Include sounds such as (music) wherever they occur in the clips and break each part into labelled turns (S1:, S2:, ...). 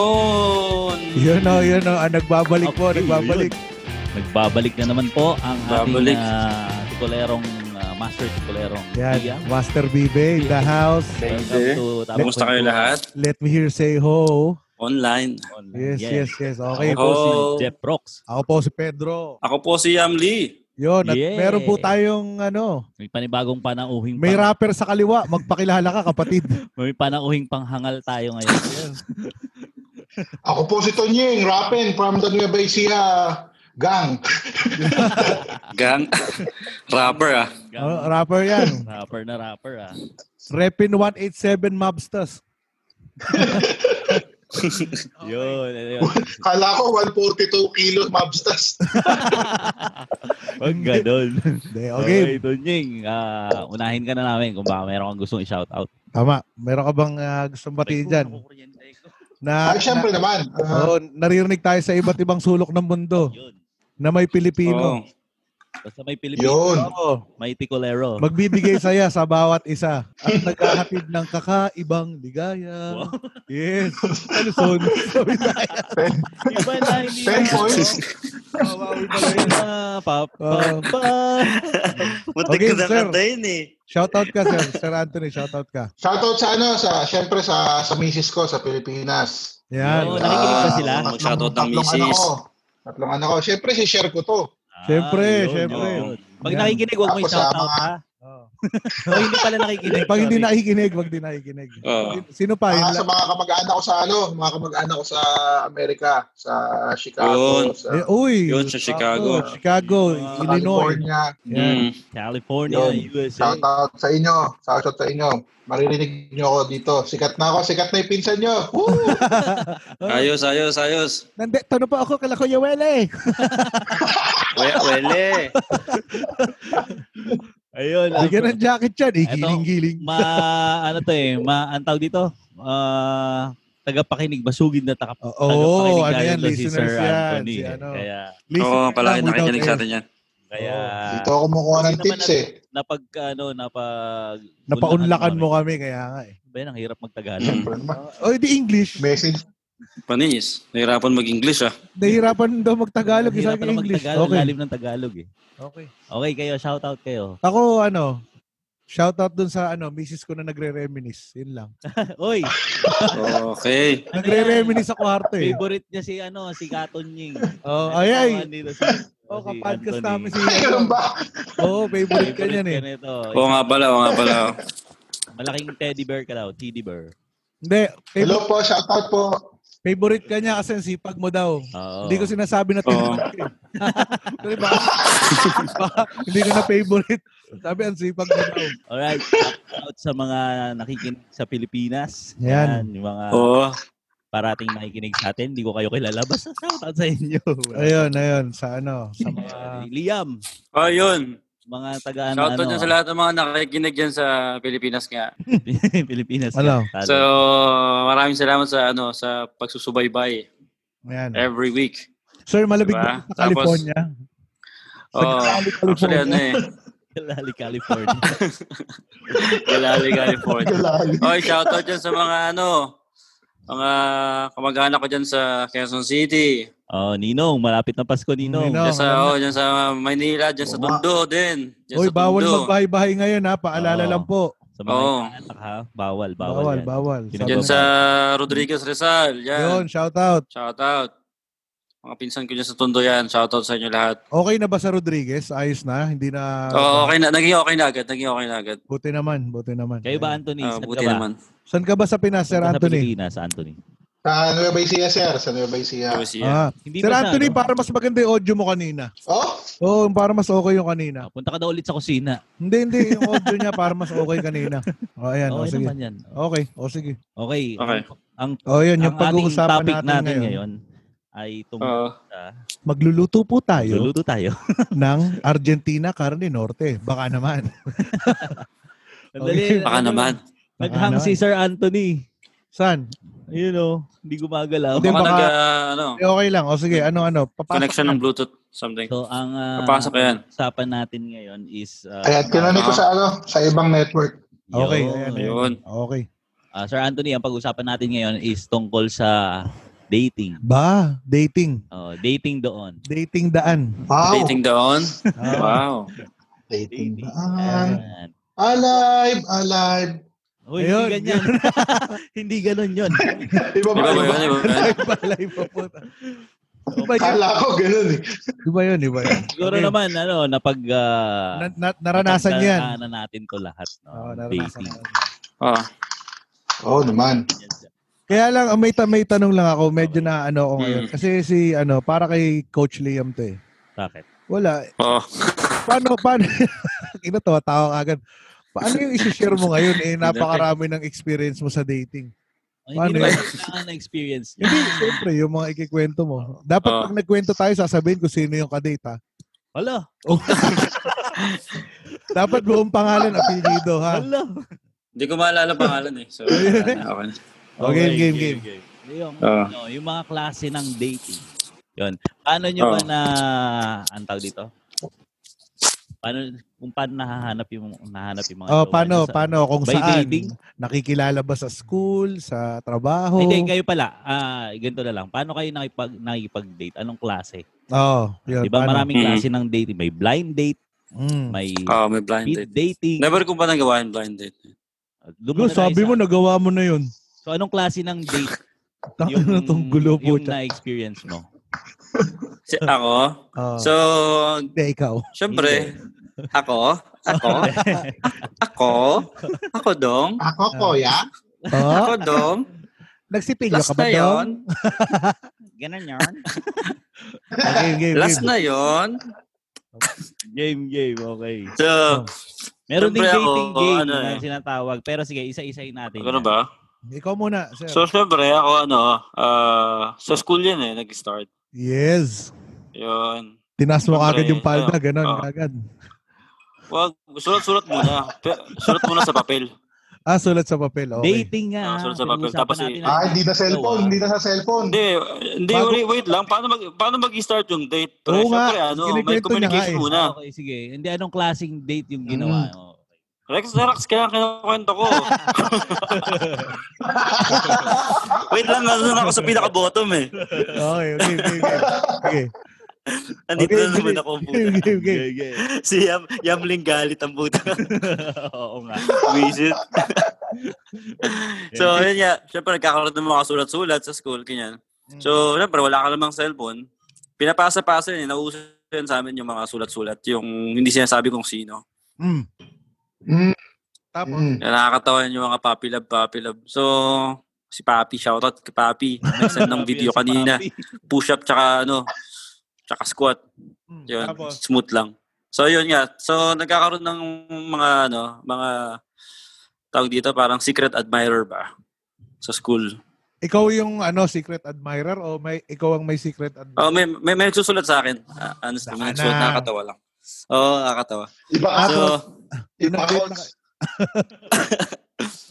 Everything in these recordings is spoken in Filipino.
S1: Yun!
S2: Yun o, yun o. Ah, nagbabalik po,
S3: Okay,
S2: nagbabalik.
S3: Nagbabalik na naman po ang
S1: Babalik.
S3: ating ah, tikulerong, ah, master tikulerong
S2: Yan,
S3: Tia.
S2: Master Bibe in the house.
S3: Welcome
S1: Baby.
S3: to Tapos
S1: Kamusta kayo lahat?
S2: Let me hear say ho.
S1: Online.
S3: Online.
S2: Yes,
S3: Yes.
S2: yes, yes. Okay
S3: Ako
S2: po.
S3: po si
S1: Oh.
S3: Jeff Rocks.
S2: Ako po si Pedro.
S1: Ako po si Yam Lee.
S2: Yun, at
S3: Yeah.
S2: meron po tayong ano,
S3: May panibagong panauhing
S2: may
S3: pang-
S2: rapper sa kaliwa. Magpakilala ka,
S3: (laughs)
S2: kapatid.
S3: may panauhing panghangal tayo
S2: (laughs)
S3: ngayon.
S4: Ako po si Tonyeng, Rappen from the Nueva Ecija gang.
S1: Gang. (laughs) Rapper ah.
S2: Oh, rapper yan.
S3: Rapper na rapper ah.
S2: Repin 187 Mobsters.
S3: Yun, ano yun.
S4: Kala ko 142 kilos mobsters.
S3: Huwag ganun.
S2: Hindi, okay.
S3: Okay, Tunying. ah, unahin ka na namin kung baka meron kang gustong i-shoutout.
S2: Tama. Meron ka bang ah, gustong batiin dyan? Na,
S4: Ay, syempre naman.
S2: na-
S4: Ah,
S2: oo, naririnig tayo sa iba't ibang sulok ng mundo
S3: Yun.
S2: na may Pilipino.
S1: Oo.
S3: Basta may Pilipino,
S4: yun.
S2: Oo.
S3: may Ticolero.
S2: Magbibigay saya
S3: (laughs)
S2: sa bawat isa at naghahatid ng kakaibang ligaya.
S3: Wow. (laughs)
S2: Yes. Aluson. Sabi tayo.
S3: Iba na, hindi
S4: Ten
S3: na.
S4: points.
S2: Kawawi pala yun.
S3: Iba na, (laughs) pap, pap, pap.
S5: Buti
S2: Okay,
S5: ko na
S2: sir.
S5: kanta yun eh.
S2: (laughs) Shoutout ka, sir. Sir Anthony, shoutout ka.
S4: Shoutout sa ano, sa, syempre sa, sa misis ko sa Pilipinas.
S2: Yan.
S3: Oo, nakikinig ba
S4: Ah,
S3: sila?
S4: tatlong-
S5: Shoutout ng
S4: tatlong
S5: misis.
S4: Ano ko, tatlong ano ko. Syempre si share ko to.
S3: Ah,
S2: Siyempre,
S3: yun,
S2: siyempre.
S3: yun. Pag
S2: Yan.
S3: nakikinig, huwag mo
S4: Tapos sa
S3: i-shoutout
S4: mga-
S3: ha.
S2: Oo.
S3: Pag hindi pala nakikinig.
S2: Pag hindi
S3: sorry.
S2: nakikinig, wag din nakikinig.
S1: Oo.
S2: Sino pa? Yun
S4: Ah,
S2: lang.
S4: sa mga kamag-anak ko sa ano, mga kamag-anak ko sa Amerika, sa
S1: Yun.
S4: Chicago, sa,
S2: Eh, uy.
S1: Yun, sa Chicago.
S2: Sakto. Chicago,
S3: Ah,
S4: sa
S2: Illinois.
S4: California.
S2: Yan.
S1: Mm.
S3: California,
S4: Yun.
S3: USA.
S4: Shoutout sa inyo. Shoutout sa inyo. Maririnig nyo ako dito. Sikat na ako. Sikat na yung pinsan nyo. Woo!
S2: Ah.
S1: Ayos, ayos, ayos.
S2: Nandi, tanong pa ako kala Kuya Wele.
S1: We, wele.
S3: Ayun.
S2: Bigyan ng jacket yan. Eh,
S3: Eto.
S2: giling-giling.
S3: ma ano to eh, ma ang tawag dito, ah tagapakinig basugid na taka,
S2: Oo,
S3: tagapakinig
S2: ano
S3: tayo
S2: yan,
S3: to
S2: listeners yan.
S3: Anthony,
S2: Si
S3: eh.
S2: ano.
S3: Kaya
S1: Oo,
S2: Listener
S1: palagi
S2: lang without
S1: nakikinig sa
S2: air.
S1: atin yan.
S3: kaya
S4: Oh, Dito ako kumukuha ng
S3: Hindi naman
S4: tips eh.
S3: napag ano napag Ano,
S2: Napaunlakan mo kami, kaya nga eh.
S3: Ben, ang hirap magtagalog.
S1: Mm.
S4: Siyempre naman.
S2: O, hindi English.
S4: (laughs) Message.
S1: Panis. Nahirapan mag-English ah.
S2: Nahirapan daw magtagalog.
S3: Ang
S2: Isa
S3: hirap
S2: ka
S3: pala
S2: English.
S3: magtagalog,
S2: Okay.
S3: lalim ng Tagalog eh.
S2: okay.
S3: Okay, kayo shout out kayo. (laughs)
S2: Ako, ano, shoutout dun sa ano, misis ko na nagre-reminis. Yun lang.
S3: Oy,
S1: Okay.
S3: Ano
S2: Nagre-reminis sa kwarto eh.
S3: favorite niya si ano, si Katonying.
S2: Oh, ay, ay. (laughs)
S3: Si,
S2: Oh,
S3: si
S2: kapodcast
S3: Anthony.
S2: namin si...
S4: Ay, ganun ba?
S2: Oo, oh, favorite ka niyan
S3: Favorite
S2: eh.
S3: ka nito.
S1: Oo nga pala, oo nga pala.
S2: Ah.
S3: Malaking teddy bear ka daw, teddy bear.
S2: Hindi, favorite,
S4: Hello po. Shoutout po.
S2: favorite ka niya kasi ang sipag mo daw.
S3: Oo.
S2: Hindi ko sinasabi na tinulak (laughs) eh. Kasi baka, baka hindi ko na favorite. Sabi, ang sipag mo daw.
S3: Alright, shout out sa mga nakikinig sa Pilipinas.
S2: Yan.
S3: Yung mga
S1: Oo.
S2: Oh.
S3: parating nakikinig sa atin, hindi ko kayo kilala. Basta shout out sa inyo.
S2: Ayun, ayun. Sa ano, sa mga...
S3: Uh, Liam,
S1: Oh, yun.
S3: mga taga ano,
S1: Shoutout
S3: ano,
S1: dyan sa lahat ng mga nakikinig dyan sa Pilipinas nga.
S3: (laughs) Pilipinas.
S2: Ano?
S3: Talo.
S1: So, maraming salamat sa ano sa pagsusubaybay
S2: Ayan.
S1: every week. (laughs)
S2: Sir, malabig
S1: Diba?
S2: ba sa
S1: Tapos-
S2: California? Sa
S1: Oh,
S2: Cali,
S1: actually
S2: California.
S1: ano eh,
S3: Kalali, California.
S1: Galali, California.
S4: Galali.
S1: Oy, shoutout dyan sa mga ano, mga kamag-anak ko dyan sa Quezon City.
S3: oh, Ninong, malapit na Pasko, Ninong.
S2: Ninong.
S1: Dyan sa, oh, dyan sa Manila, dyan sa
S4: Oo nga.
S1: Tondo din. Dyan
S2: Uy,
S1: sa
S2: bawal
S1: Tondo.
S2: magbahay-bahay ngayon ha. Paalala
S3: Oo.
S2: lang po.
S3: Sa mga
S1: Oo.
S3: anak, ha? Bawal, bawal.
S2: Bawal,
S3: yan.
S2: bawal.
S3: Yun
S2: Sabi
S1: Dyan
S2: na-
S1: sa Rodriguez Rizal.
S2: Yun,
S1: Yan.
S2: shout out.
S1: Shoutout. Mga pinsan ko dyan sa Tondo yan. Shoutout sa inyo lahat.
S2: Okay na ba sa Rodriguez? Ayos na? Hindi na...
S1: Oo, Ah, okay na. Naging okay na agad. Naging okay na agad.
S2: Buti naman, buti naman.
S3: Kayo ba,
S2: Ayun.
S3: Anthony?
S1: Ah,
S3: Saan
S1: buti
S3: ka ba?
S1: naman.
S2: Saan ka ba sa Pinas, Sir
S3: Saan ka Sa
S2: Anthony?
S3: Pilipinas, Anthony.
S4: Sa Nueva Ecija, sir. Sa Nueva Ecija.
S1: Tapos yan.
S2: Ah.
S3: Hindi
S2: Sir
S3: ba siya,
S2: Anthony,
S3: ano?
S2: para mas maganda yung audio mo kanina.
S4: Oh,
S2: Oo, oh, para mas okay yung kanina.
S3: Ah, Punta ka daw ulit sa kusina.
S2: Hindi, hindi. Yung audio niya para mas okay kanina. O, ayan. O,
S3: Okay
S2: sige.
S3: naman yan.
S2: Okay. O, sige.
S3: Okay.
S1: Okay.
S3: Ang,
S2: O, yun. Yung
S3: ang ating
S2: pag-uusapan
S3: topic
S2: natin,
S3: natin
S2: ngayon.
S3: ngayon, ay tungkol
S1: Oo.
S3: sa
S2: Magluluto po tayo
S3: Luluto tayo.
S2: ng Argentina Carne Norte. Baka naman. Okay.
S3: Andali,
S1: Baka
S3: ano,
S1: naman.
S3: Naghang
S2: Baka
S3: si Sir Anthony.
S2: Saan?
S3: You know, hindi gumagalaw.
S2: Hindi.
S1: Baka
S2: baka-
S1: nag, ah, ano,
S2: Eh, Okay lang. O, sige. Ano, ano. Papasok
S1: connection
S2: na.
S1: ng Bluetooth. Something.
S3: So, ang ah,
S1: Kapasok yan.
S3: usapan natin ngayon is... ah,
S4: ayan. Kinanong ko sa ano, sa ibang network.
S2: Okay,
S3: yun.
S2: ayan,
S1: Ayun.
S2: Okay.
S3: Ah, Sir Anthony, ang pag-usapan natin ngayon is tungkol sa dating.
S2: Ba, dating.
S3: Oh, dating doon.
S2: Dating daan. (laughs)
S4: Wow.
S1: Dating doon.
S2: Ah,
S1: Wow.
S4: Dating.
S3: Dating.
S4: Ah,
S3: Ayan.
S4: alive, alive.
S3: Uy,
S2: Ayun.
S3: hindi
S2: (laughs)
S3: ganyan. hindi ganun yun.
S4: Iba
S1: Di
S4: ba? ano?
S1: ba ba yun? Di ba ba yun?
S2: (laughs) Live pa,
S4: Iba.
S2: live pa po. Iba yun,
S4: Kala ko ganun eh.
S2: iba yun, iba yun.
S3: Siguro
S2: Okay.
S3: naman, ano, napag...
S2: Na,
S3: Uh,
S2: na- naranasan yan.
S3: natin to lahat. No?
S2: Oo, naranasan
S3: Dating.
S2: yan.
S1: Oh.
S4: Oo naman.
S2: Kaya lang, ah, may, ta- may tanong lang ako. Medyo na ano ako ngayon.
S1: Mm.
S2: Kasi si, ano, para kay Coach Liam to eh.
S3: Bakit?
S2: Wala.
S1: Oh.
S2: Paano, paano? (laughs) Ina, tawa tao agad. Paano yung isi-share mo ngayon? Eh, napakarami ng experience mo sa dating.
S3: Ay,
S2: Paano
S3: hindi naman
S2: yun?
S3: kailangan na experience.
S2: Hindi, siyempre, yung mga ikikwento mo. Dapat
S3: Oh.
S1: Oo.
S2: pag nagkwento tayo, sasabihin kung sino yung kadate, ha?
S3: Hala,
S2: Oh, Dapat buong pangalan, apelido, ha?
S3: (laughs) hala.
S1: Hindi ko maalala pangalan eh. So, wala na. okay. (laughs) na.
S2: Oh, game, game, game.
S3: Yung,
S1: Ah.
S3: ano, yung mga klase ng dating. Yun. Paano nyo
S1: Ah.
S3: ba na, ang tawag dito? Paano, kung paano nahahanap yung, nahanap yung mga
S2: Oh,
S3: jowa
S2: paano,
S3: nyo ano sa-
S2: paano, kung
S3: By
S2: saan?
S3: dating?
S2: Nakikilala ba sa school, sa trabaho?
S3: Hindi, kayo pala. Ah, ganito na lang. Paano kayo nakipag, nakipag-date? Anong klase?
S2: Oo, Oh, yun.
S3: Di
S2: paano?
S3: ba Diba, maraming
S1: Mm.
S3: klase ng dating? May blind date,
S2: Diba, Mm.
S3: may
S1: Oh, may blind date.
S3: speed dating. Ah,
S1: Never ko pa nagawa yung blind date.
S3: Doon
S2: Go,
S3: muna Ano tayo
S2: sabi
S3: sa-
S2: mo, nagawa mo na yun. (laughs)
S3: So, anong klase ng date
S2: Tangin na tong gulo po.
S3: yung na-experience mo?
S1: Si
S2: Ah.
S1: ako? So,
S2: Oh. Hindi, ikaw.
S1: syempre, ako,
S2: (laughs)
S1: ako, ako, ako dong,
S4: Ako, kuya.
S2: Oh,
S1: ako dong,
S2: nagsipilyo
S1: last
S2: ka
S1: na
S2: ba
S1: yon,
S2: doon?
S3: Ganun yun.
S2: Ah, game, game,
S1: last
S2: game.
S1: na yon.
S3: (laughs) game, game. Okay.
S1: So,
S3: Meron ding
S1: Siyempre ako,
S3: dating game
S1: ano
S3: na
S1: eh.
S3: sinatawag. Pero sige, isa-isahin
S2: Oh,
S3: natin.
S1: ano
S3: yan.
S1: ba?
S2: Ikaw muna, sir.
S1: So, syempre, ako ano, ah, sa school yun eh, nag-start.
S2: Yes.
S1: Yun.
S2: Tinas mo
S1: Siyempre,
S2: agad yung palda,
S1: ano,
S2: ganun,
S1: oo.
S2: agad.
S1: Wag, sulat-sulat muna. Pe- Sulat muna sa papel.
S2: Ah, sulat sa papel. Okay.
S3: Dating nga.
S1: Ah, sulat sa papel.
S3: Pinag-usapan
S1: Tapos
S3: natin
S4: Ah,
S3: ang-
S4: hindi na cellphone. Hindi na sa cellphone.
S1: Hindi, hindi,
S2: Bago-
S1: wait, wait lang. Paano, mag, paano mag-start yung date? Pre,
S2: Oo nga,
S1: syempre, ano, may
S2: kinikwento niya
S1: communication
S2: nga eh.
S1: muna.
S3: Ah, Okay, sige. Hindi, anong klaseng date yung ginawa Oh, mo?
S1: Rex na Rex, kaya ang kinakwento
S2: (laughs)
S1: ko. Wait lang, nandun ako sa pinaka-bottom eh.
S2: Okay, okay, game, game. Okay.
S1: Nandito
S2: Okay,
S1: na naman
S2: sige.
S1: ako.
S2: Game,
S1: puta.
S2: game, game.
S3: okay.
S1: si Yam, Yamling galit ang puta.
S3: (laughs) Oo nga.
S1: Visit. so, yun nga. Siyempre, nagkakaroon ng mga sulat-sulat sa school, ganyan. So, siyempre, wala ka namang cellphone. Pinapasa-pasa yun. eh. Nauso yun sa amin yung mga sulat-sulat. Yung hindi sinasabi kung sino.
S2: Mm.
S4: Mm,
S2: Tapos,
S4: mm.
S1: Kaya Nakakatawa yun yung mga papi love, papi love. So, si Papi, shoutout kay Papi. Nag-send
S3: (laughs)
S1: ng video kanina. Push-up tsaka ano, tsaka squat.
S2: mm,
S1: Yun,
S2: tapos.
S1: smooth lang. So, yun nga. So, nagkakaroon ng mga, ano, mga, tawag dito, parang secret admirer ba? Sa school.
S2: Ikaw yung ano secret admirer o may ikaw ang may secret admirer?
S1: Oh, may, may, may nagsusulat sa akin. Ah, honestly, may
S2: Sana.
S1: nagsusulat, nakakatawa lang. Oo, oh, nakakatawa.
S4: Iba ka.
S1: So,
S4: Iba ka.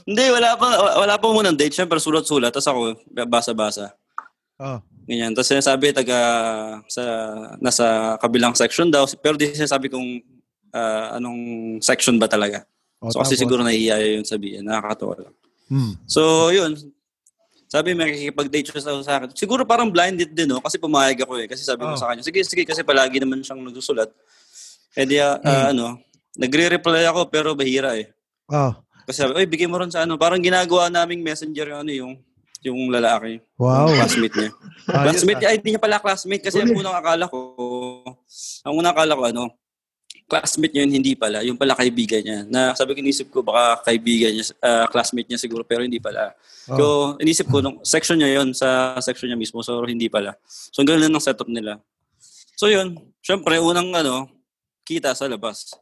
S1: hindi, wala pa, wa- wala pa munang date. Siyempre, sulat-sulat. Tapos ako, basa-basa.
S2: Oh.
S1: Ganyan. Tapos sinasabi, taga, sa, nasa kabilang section daw. Pero di sinasabi kung ah, anong section ba talaga.
S2: Oh,
S1: So, kasi
S2: tapos.
S1: siguro nahihiya yun sabihin. Nakakatawa lang.
S2: Mm.
S1: Hmm. So, yun. Sabi, may nakikipag-date siya sa, sa akin. Siguro parang blinded din, no? Kasi pumayag ako eh. Kasi sabi ko
S2: Oh.
S1: sa kanya, sige, sige, kasi palagi naman siyang nagsusulat. E di, ah, ah,
S2: Hmm.
S1: ano, nagre-reply ako pero bahira eh.
S2: Oh.
S1: Kasi sabi, oy, bigay mo ron sa ano. Parang ginagawa naming messenger yung ano, yung, yung lalaki. (laughs)
S2: Wow.
S1: Yung classmate niya.
S2: Ayos,
S1: classmate,
S2: ah.
S1: ay, hindi niya pala classmate. Kasi ang unang akala ko, ang unang akala ko, ano, classmate niya yun, hindi pala. Yung pala kaibigan niya. Na sabi ko, inisip ko, baka kaibigan niya, ah, classmate niya siguro, pero hindi pala. So,
S2: Oh.
S1: inisip ko, nung section niya yon sa section niya mismo. So, hindi pala. So, ang ganoon ng setup nila. So, yun. Syempre, unang ano, kita sa labas.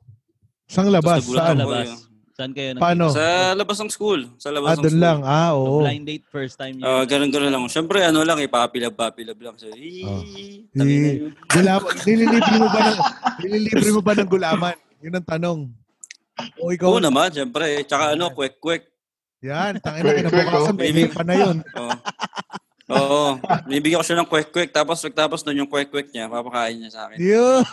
S2: Sang labas
S1: Tapos nagulat
S2: saan?
S1: ako.
S3: Labas.
S1: yun.
S3: Saan kayo? nag-
S2: Paano?
S1: Sa labas ng school. Sa labas
S2: Oh. Ah,
S1: ng
S2: doon
S1: school.
S2: lang. Ah, oo.
S3: Blind date first time
S1: Ah,
S3: yun.
S1: ganun ganun lang. Siyempre, ano lang, eh, papilab, papilab lang. So, eh,
S2: Oh.
S1: tangin na
S2: Eh.
S1: yun. (laughs)
S2: Gulama, nililibre mo ba ng nililibre mo ba ng gulaman? Yun ang tanong. O ikaw,
S1: Oo naman, siyempre. Eh. Tsaka ano, quick, quick.
S2: yan, tangin na
S4: Quick,
S2: kinabukasan,
S1: quick, oh.
S2: may pa na yun.
S1: Oo. Oo. Bibigyan ko siya ng quick, quick. Tapos, pagtapos nun yung quick, quick niya, papakain
S2: (laughs)
S1: niya sa akin.
S2: Yun.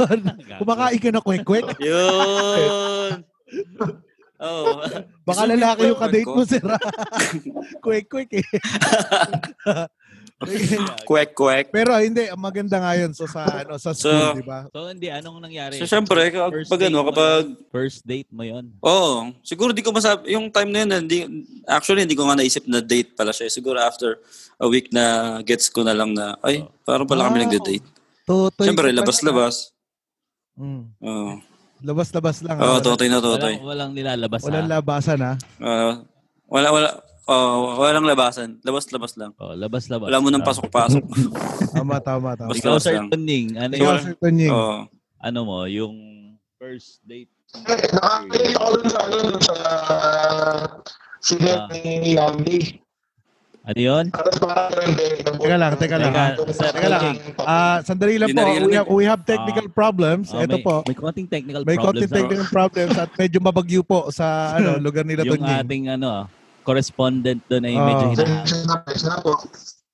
S2: Kumakain ka na kwek-kwek.
S1: Yun! Oo. Gusto
S2: Baka
S1: ko
S2: lalaki
S1: yung
S2: yung kadate mo,
S1: boyfriend
S2: sir.
S1: (laughs)
S2: ah. quick, quick eh.
S1: Kwek, kwek.
S2: Pero ah, hindi, ang maganda nga yun so sa, ano, sa
S1: So,
S2: school, di ba?
S3: So, hindi. Anong nangyari?
S1: So, syempre, kapag,
S3: First
S1: pag ano,
S3: date mo
S1: kapag,
S3: yun. First date mo yun.
S1: oo, siguro di ko masabi, yung time na yun, hindi, actually, hindi ko nga naisip na date pala siya. Siguro after a week na gets ko na lang na, ay, parang pala
S3: Ah,
S2: Wow.
S1: kami nagda-date.
S2: Tutoy.
S1: Syempre, labas-labas.
S2: Mm.
S1: Oo,
S2: Labas-labas lang.
S1: oh,
S2: ah.
S1: totoy na totoy.
S3: Walang, walang nilalabas.
S2: Walang
S3: ha?
S2: labasan, ha?
S1: Ah, wala, wala, oh, walang labasan. Labas-labas lang.
S3: Oh, labas-labas.
S1: Wala mo nang pasok-pasok.
S2: Tama, tama,
S1: Basta-
S2: tama.
S1: Oh.
S3: Ikaw,
S1: Labas
S3: Sir
S1: lang.
S3: Tuning, ano,
S2: Ikaw,
S3: yung,
S2: Sir Tunying.
S1: Oo.
S3: ano mo, yung first date.
S4: Eh, Nakakilala ko dun sa, ano, dun sa Ah.
S3: Ah.
S4: sila ni Andy.
S3: Ano yun?
S4: Tapos parang eh, ganun din.
S2: Teka lang, teka lang.
S3: Teka,
S2: ah.
S3: sir,
S2: Teka lang. Ah, sandali lang
S1: Hindi
S2: po.
S1: narinig.
S2: We have, we have technical problems.
S3: Oh,
S2: Ito
S3: may,
S2: po.
S3: May konting technical
S2: May
S3: problems. ano? ah.
S2: konting technical problems at medyo mabagyo po
S3: (laughs)
S2: sa ano lugar nila
S3: Yung
S2: Tunying.
S3: ating, ano, correspondent doon ay medyo
S2: Oh.
S3: hina-
S4: Siya na, siya na po.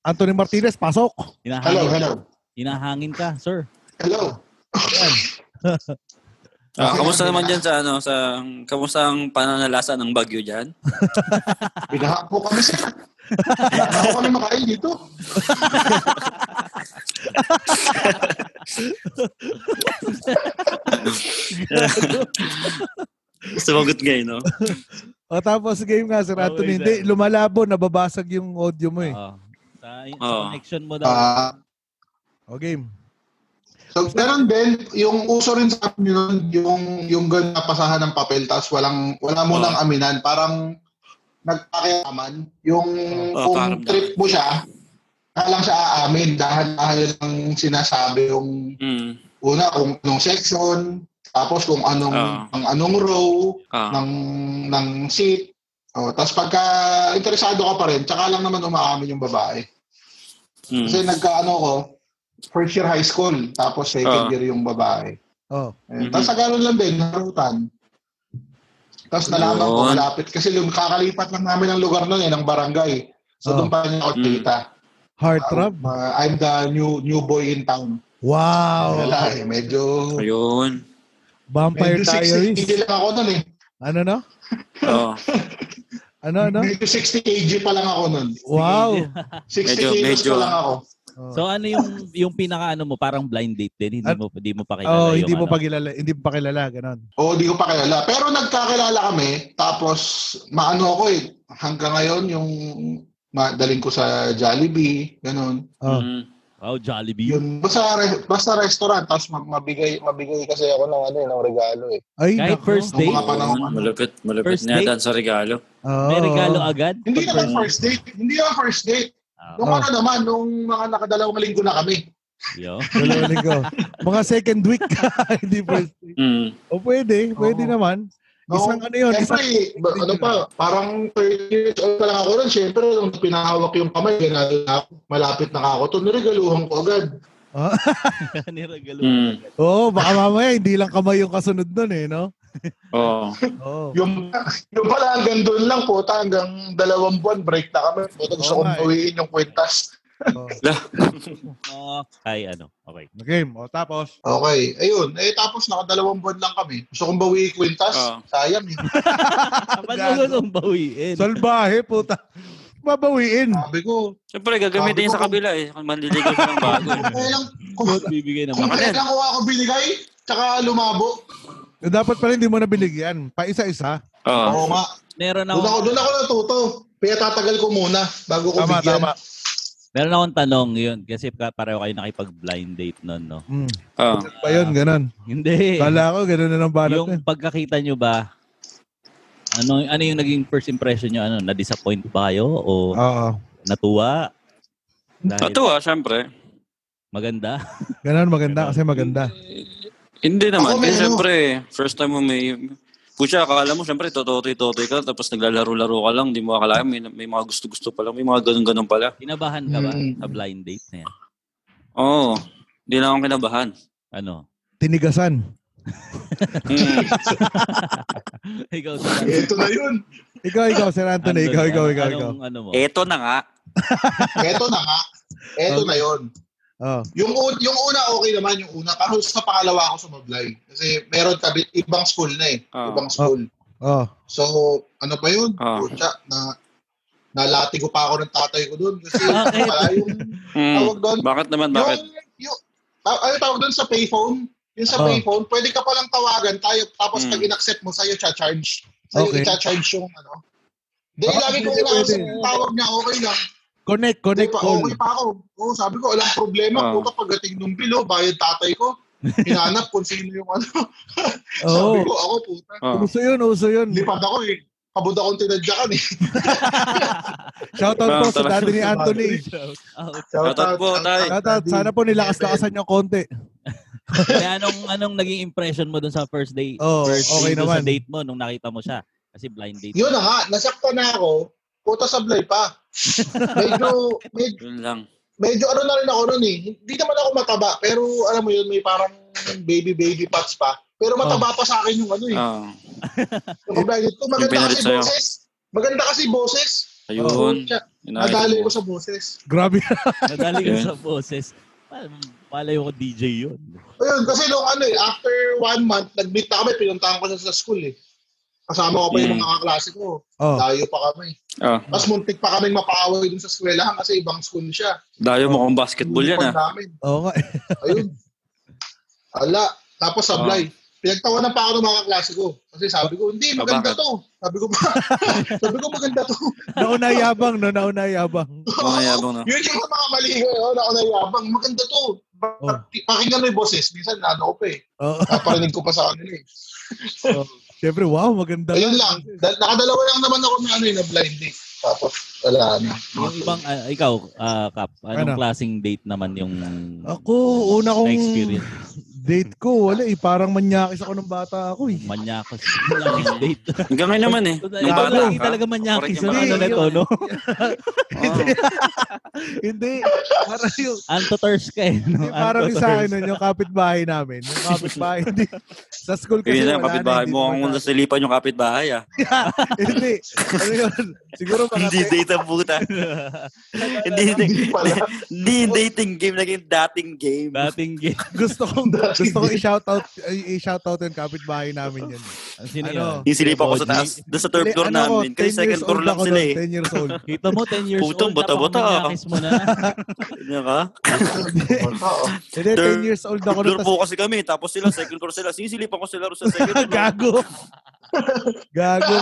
S2: Anthony Martinez, pasok.
S4: Hello,
S3: hinahangin,
S4: hello.
S3: hinahangin ka, sir.
S4: Hello.
S1: Ah, kamusta naman dyan sa ano sa kamusta ang pananalasa ng bagyo diyan?
S4: Binahak po kami sir. Binahak po kami makain dito.
S1: Sumagot ngayon, no?
S2: O tapos game nga, Sir
S3: Okay,
S2: Anthony.
S3: sir.
S2: Hindi, lumalabo, nababasag yung audio mo eh.
S3: Oo. Ah, Sa sa
S1: Oo.
S3: connection mo daw.
S4: Ah,
S2: O game.
S4: so, meron din, yung uso rin sa amin yun, yung, yung ganun na pasahan ng papel, tapos walang, wala mo nang aminan, parang nagpakiaman. Yung,
S1: Oh, parang
S4: kung trip mo siya, wala lang siya aamin dahil dahil lang sinasabi yung
S1: Mm.
S4: una kung anong section, tapos kung anong
S1: Oo.
S4: ang anong row,
S1: Ah.
S4: ng ng seat. Oh, tapos pagka interesado ka pa rin, tsaka lang naman umaamin yung babae.
S1: Mm.
S4: Kasi nagkaano ko, first year high school, tapos second
S1: Ah.
S4: year yung babae.
S2: O.
S4: Eh,
S1: Mhm.
S4: Tapos sa ganun lang din, narutan. Tapos nalaman ko,
S1: Yun.
S4: malapit. Kasi lum- kakalipat lang namin ng lugar nun eh, ng barangay. So
S2: Ah.
S4: doon pa niya ako
S1: Mm.
S4: tita.
S2: Heartthrob.
S4: Uh, I'm the new new boy in town.
S2: Wow.
S4: Wala eh, medyo...
S1: Ayun.
S2: Vampire
S4: Medyo
S2: Diaries.
S4: 60 kg lang ako nun eh.
S2: Ano no?
S1: Oh.
S2: Ano ano?
S4: Medyo 60 kg pa lang ako nun.
S2: Wow. Oh,
S4: 60
S1: Medyo-
S4: kilos
S1: medyo-
S4: pa lang ako.
S3: (laughs) So ano yung yung pinaka ano mo parang blind date din hindi
S2: At-
S3: mo hindi mo pa kilala
S2: Oh,
S3: yung
S2: hindi mo
S3: ano.
S2: pa kilala, hindi mo pa kilala ganon.
S4: Oo, di ko pa kilala. Pero nagkakilala kami, tapos maano ako eh, hanggang ngayon yung madaling ko sa Jollibee, ganun.
S2: Oh.
S1: Mm.
S3: Wow, Jollibee.
S4: Yun, basta, re- basta restaurant, tapos mag- mabigay, mabigay kasi ako ng ano eh, ng regalo eh.
S2: Ay,
S3: Kahit
S2: nako.
S3: first
S4: Nung
S3: date,
S4: mga panahon,
S1: Ayun.
S4: ano.
S1: Oh, Malupit, malupit
S3: First
S1: na
S3: date?
S1: yata sa regalo.
S2: Oo.
S3: may regalo agad.
S4: Hindi
S3: Pag
S4: naman
S3: first-
S4: first date, hindi naman first date.
S3: Ah,
S4: Nung
S2: Oh.
S4: ano naman, nung mga nakadalawang linggo na kami.
S3: yo. (laughs)
S2: Dalawang linggo. Mga second week ka, (laughs) hindi first week.
S1: Mm.
S2: O pwede, pwede
S4: Oo.
S2: naman.
S4: Oo.
S2: Isang ano yun, isang
S4: Siyempre, ba- ano pa, parang 30 years old pa lang ako nun. Siyempre, nung pinahawak yung kamay, ganado na ako. malapit na ako to, niregaluhan ko agad.
S3: Niragalo.
S1: Mm.
S2: Oo, baka mamaya hindi lang kamay yung kasunod nun eh, no?
S1: Oo.
S2: Oo.
S4: Yung, yung pala hanggang doon lang po, ta, hanggang dalawang buwan, break na kami. Puta, gusto
S2: Oo
S4: kong
S2: nga eh.
S4: bawiin yung kwentas.
S2: Oo.
S3: Oh, ay ano. Okay.
S2: Game. O tapos,
S4: Okay, ayun. Eh, tapos nakadalawang buwan lang kami. Gusto kong bawiin yung kwentas.
S1: Oo.
S4: Sayang eh.
S3: Dapat mo gustong bawiin.
S2: salbahe puta. Babawiin.
S4: Sabi ko,
S1: Siyempre, gagamitin niya sa kabila eh. Kung manliligaw ka ng
S4: (laughs)
S1: bago. eh.
S2: (laughs)
S4: kung kailang, kung,
S3: Bibigay ng
S4: kung
S3: mga
S4: kailang ko ako binigay, tsaka lumabo.
S2: Dapat pala hindi mo na binigyan. Pa isa-isa.
S1: Oo.
S4: Oo nga.
S3: Meron
S4: Doon ako,
S3: ako,
S4: doon ako natuto. Kaya tatagal ko muna bago ko
S2: Tama,
S4: bigyan.
S2: tama.
S3: meron akong tanong yun kasi ka- pareho kayo nakipag-blind date noon, no?
S2: Mm.
S1: Oo.
S2: Pa yun, ganun.
S3: Hindi.
S2: Kala ko, ganun na eh. ng banat
S3: yung
S2: yun.
S3: pagkakita nyo ba, ano ano yung naging first impression nyo? Ano, na-disappoint ba kayo o
S2: Oo.
S3: natuwa? Dahil
S1: Natuwa, siyempre.
S3: maganda.
S2: Ganun, maganda kasi maganda.
S1: Hindi naman.
S4: Ako, ano.
S1: Kasi
S4: meron.
S1: siyempre, first time mo may... Pucha, akala mo, siyempre, tototoy-totoy ka, tapos naglalaro-laro ka lang, di mo akala, may, may mga gusto-gusto pala, may mga ganun-ganun pala.
S3: Kinabahan ka ba
S4: Mm.
S3: sa blind date na yan?
S1: Oo. Hindi lang ako
S4: (laughs)
S1: kinabahan.
S3: Ano?
S2: (laughs) Tinigasan.
S1: Mm.
S3: ikaw sa
S4: Ito na yun.
S2: Ikaw, ikaw, Sir Anthony. ikaw, ikaw, ikaw, ikaw.
S3: Anong, ano mo?
S1: Eto na nga.
S4: Ito na nga. Ito na yun.
S2: Oh.
S4: Yung, un- yung una, okay naman yung una. Kaso sa pangalawa ako sumablay. Kasi meron kami, ibang school na eh.
S1: Ah.
S4: Ibang school.
S2: Oh.
S4: So, ano pa yun?
S1: Ah.
S4: Pucha, na nalatigo pa ako ng tatay ko doon kasi
S3: Bakit?
S4: wala yung
S1: Mm.
S4: tawag doon.
S1: Bakit naman, (laughs) bakit?
S4: Yung, yung, ta- ano tawag doon sa payphone? Yung sa
S3: Oh.
S4: payphone, pwede ka palang tawagan tayo tapos
S1: Mm.
S4: pag in-accept mo sa'yo, cha-charge. Sa'yo,
S2: Okay.
S4: i-cha-charge yung ano. Hindi,
S2: Ah,
S4: lagi kong
S2: pwede,
S4: inausap
S2: pwede.
S4: yung tawag niya, okay lang.
S2: Connect,
S4: Hindi
S2: connect
S4: pa,
S2: call.
S4: okay pa ako. Oo, sabi ko, walang problema.
S1: Ah.
S4: Puta, pagdating nung bilo, bayad tatay ko. Hinanap kung sino yung ano. (laughs) Sabi
S3: (laughs)
S2: Oo.
S4: ko, ako puta.
S1: Oh.
S2: Uso yun, uso yun.
S4: Lipad ako eh. Kabod akong tinadyakan eh.
S2: Shoutout po sa
S1: Parang
S2: daddy ni Anthony.
S1: (laughs)
S3: Ah,
S1: Shoutout po, tay.
S2: Shoutout. Sana po nilakaslakasan yung konti.
S3: Kaya anong, anong naging impression mo dun sa first day?
S2: Oh,
S3: first
S2: okay
S3: day dun
S2: naman.
S3: sa date mo nung nakita mo siya? Kasi blind date.
S4: Yun na nga, nasaktan na ako. Puta sablay
S1: (laughs)
S4: pa. medyo, medyo,
S1: Yun lang.
S4: medyo ano na rin ako nun eh. Hindi naman ako mataba, pero alam mo yun, may parang baby baby pats pa. Pero mataba pa sa akin yung ano eh.
S1: Oh.
S4: Yung kabayan ko, maganda
S1: Yung pinalit
S4: kasi
S1: sa'yo. Hmm.
S4: boses. Maganda kasi boses.
S1: Ayun.
S4: Pucha,
S1: Yun na,
S4: Nadali
S1: ayun.
S4: ko sa boses.
S2: Grabe.
S3: Nadali ko
S1: Yun.
S3: sa boses. Pal- Palay ko DJ yun.
S4: Ayun, kasi nung ano eh, after one month, nag-meet na kami, pinuntahan ko siya sa school eh. Kasama ko pa yung
S1: Mm.
S4: mga kaklase ko.
S2: Oh.
S4: Layo pa kami.
S1: Ah,
S4: Tapos muntik pa kaming mapaaway dun sa eskwelahan kasi ibang school siya.
S1: dayo mo kung basketball yan ah. (laughs)
S4: Uniform namin.
S2: Oo nga.
S4: Ayun. Ala.
S1: Oh.
S4: Tapos sablay. Pinagtawanan pa ako ng mga kaklase ko. Kasi sabi ko, hindi,
S1: Ah,
S4: maganda
S1: bakit?
S4: to. Sabi ko pa, (laughs) sabi ko maganda
S1: (laughs)
S4: to.
S2: Nauna yabang, no? Nauna yabang.
S1: Mga yabang na.
S4: Yun yung mga mali ko. Yun, ako nayabang. Maganda to. Bakit-
S2: Oh.
S4: Pakinggan mo yung boses. Minsan, ano ko pa eh.
S2: Oo.
S4: Naparinig ko pa sa kanila eh.
S2: Siyempre, wow, maganda.
S4: Ayun lang. Da- nakadalawa lang naman ako na ano eh, na blind date. Tapos, wala na.
S3: Yung ibang, ah, ikaw, ah, Kap,
S2: Ano?
S3: anong klaseng date naman yung
S2: Ako, una kong
S3: na-experience?
S2: date ko, wala eh. Parang manyakis ako ng bata ako eh.
S3: Manyakos. Manyakos
S2: (laughs)
S3: date.
S1: Hanggang ngayon naman eh. Nung
S3: Ikaw
S1: bata
S3: lagi
S1: ka.
S3: talaga manyakis.
S1: Correct yung
S3: Ano, ano
S2: mga-
S3: na to,
S4: (laughs)
S3: no?
S1: Oo.
S2: Hindi. Parang yung,
S3: Antoters ka eh. No?
S2: Hindi, parang yung sa akin
S3: Antoters.
S2: nun, yung kapitbahay namin. Yung kapitbahay, hindi. Sa school kasi
S1: Yun na,
S2: wala
S1: kapitbahay.
S2: hindi
S1: Mukhang
S2: dumadaan.
S1: nasilipan yung kapitbahay ah.
S2: hindi. Ano yun? Siguro mga
S1: Hindi date ang puta. Hindi
S4: Hindi pala.
S1: Hindi dating game, naging dating game.
S3: Dating game.
S2: gusto kong gusto kong i-shoutout i-shoutout yung kapitbahay namin yun.
S3: Sino
S2: Ano?
S3: yun?
S1: Yung silipa ko sa
S3: Body.
S1: taas. Doon sa third
S2: Hindi,
S1: floor
S2: ano ko,
S1: namin. Kasi
S2: 10
S1: second
S2: years
S1: floor
S2: old
S1: lang
S2: ako
S1: sila
S2: nun,
S1: eh.
S2: 10 years
S1: (laughs)
S2: old.
S3: Kita mo, 10 years
S1: Putong ah.
S3: old.
S1: bata-bata.
S3: napakamanyakis mo na.
S1: Ano ka?
S4: Oo.
S2: Hindi,
S1: Third-
S2: 10 years old ako
S1: Third
S2: nun.
S1: floor
S2: tas-
S1: po kasi kami. Tapos sila, second floor sila. Sisilipan ko sila rin sa second floor.
S2: (laughs) Gago. Gago.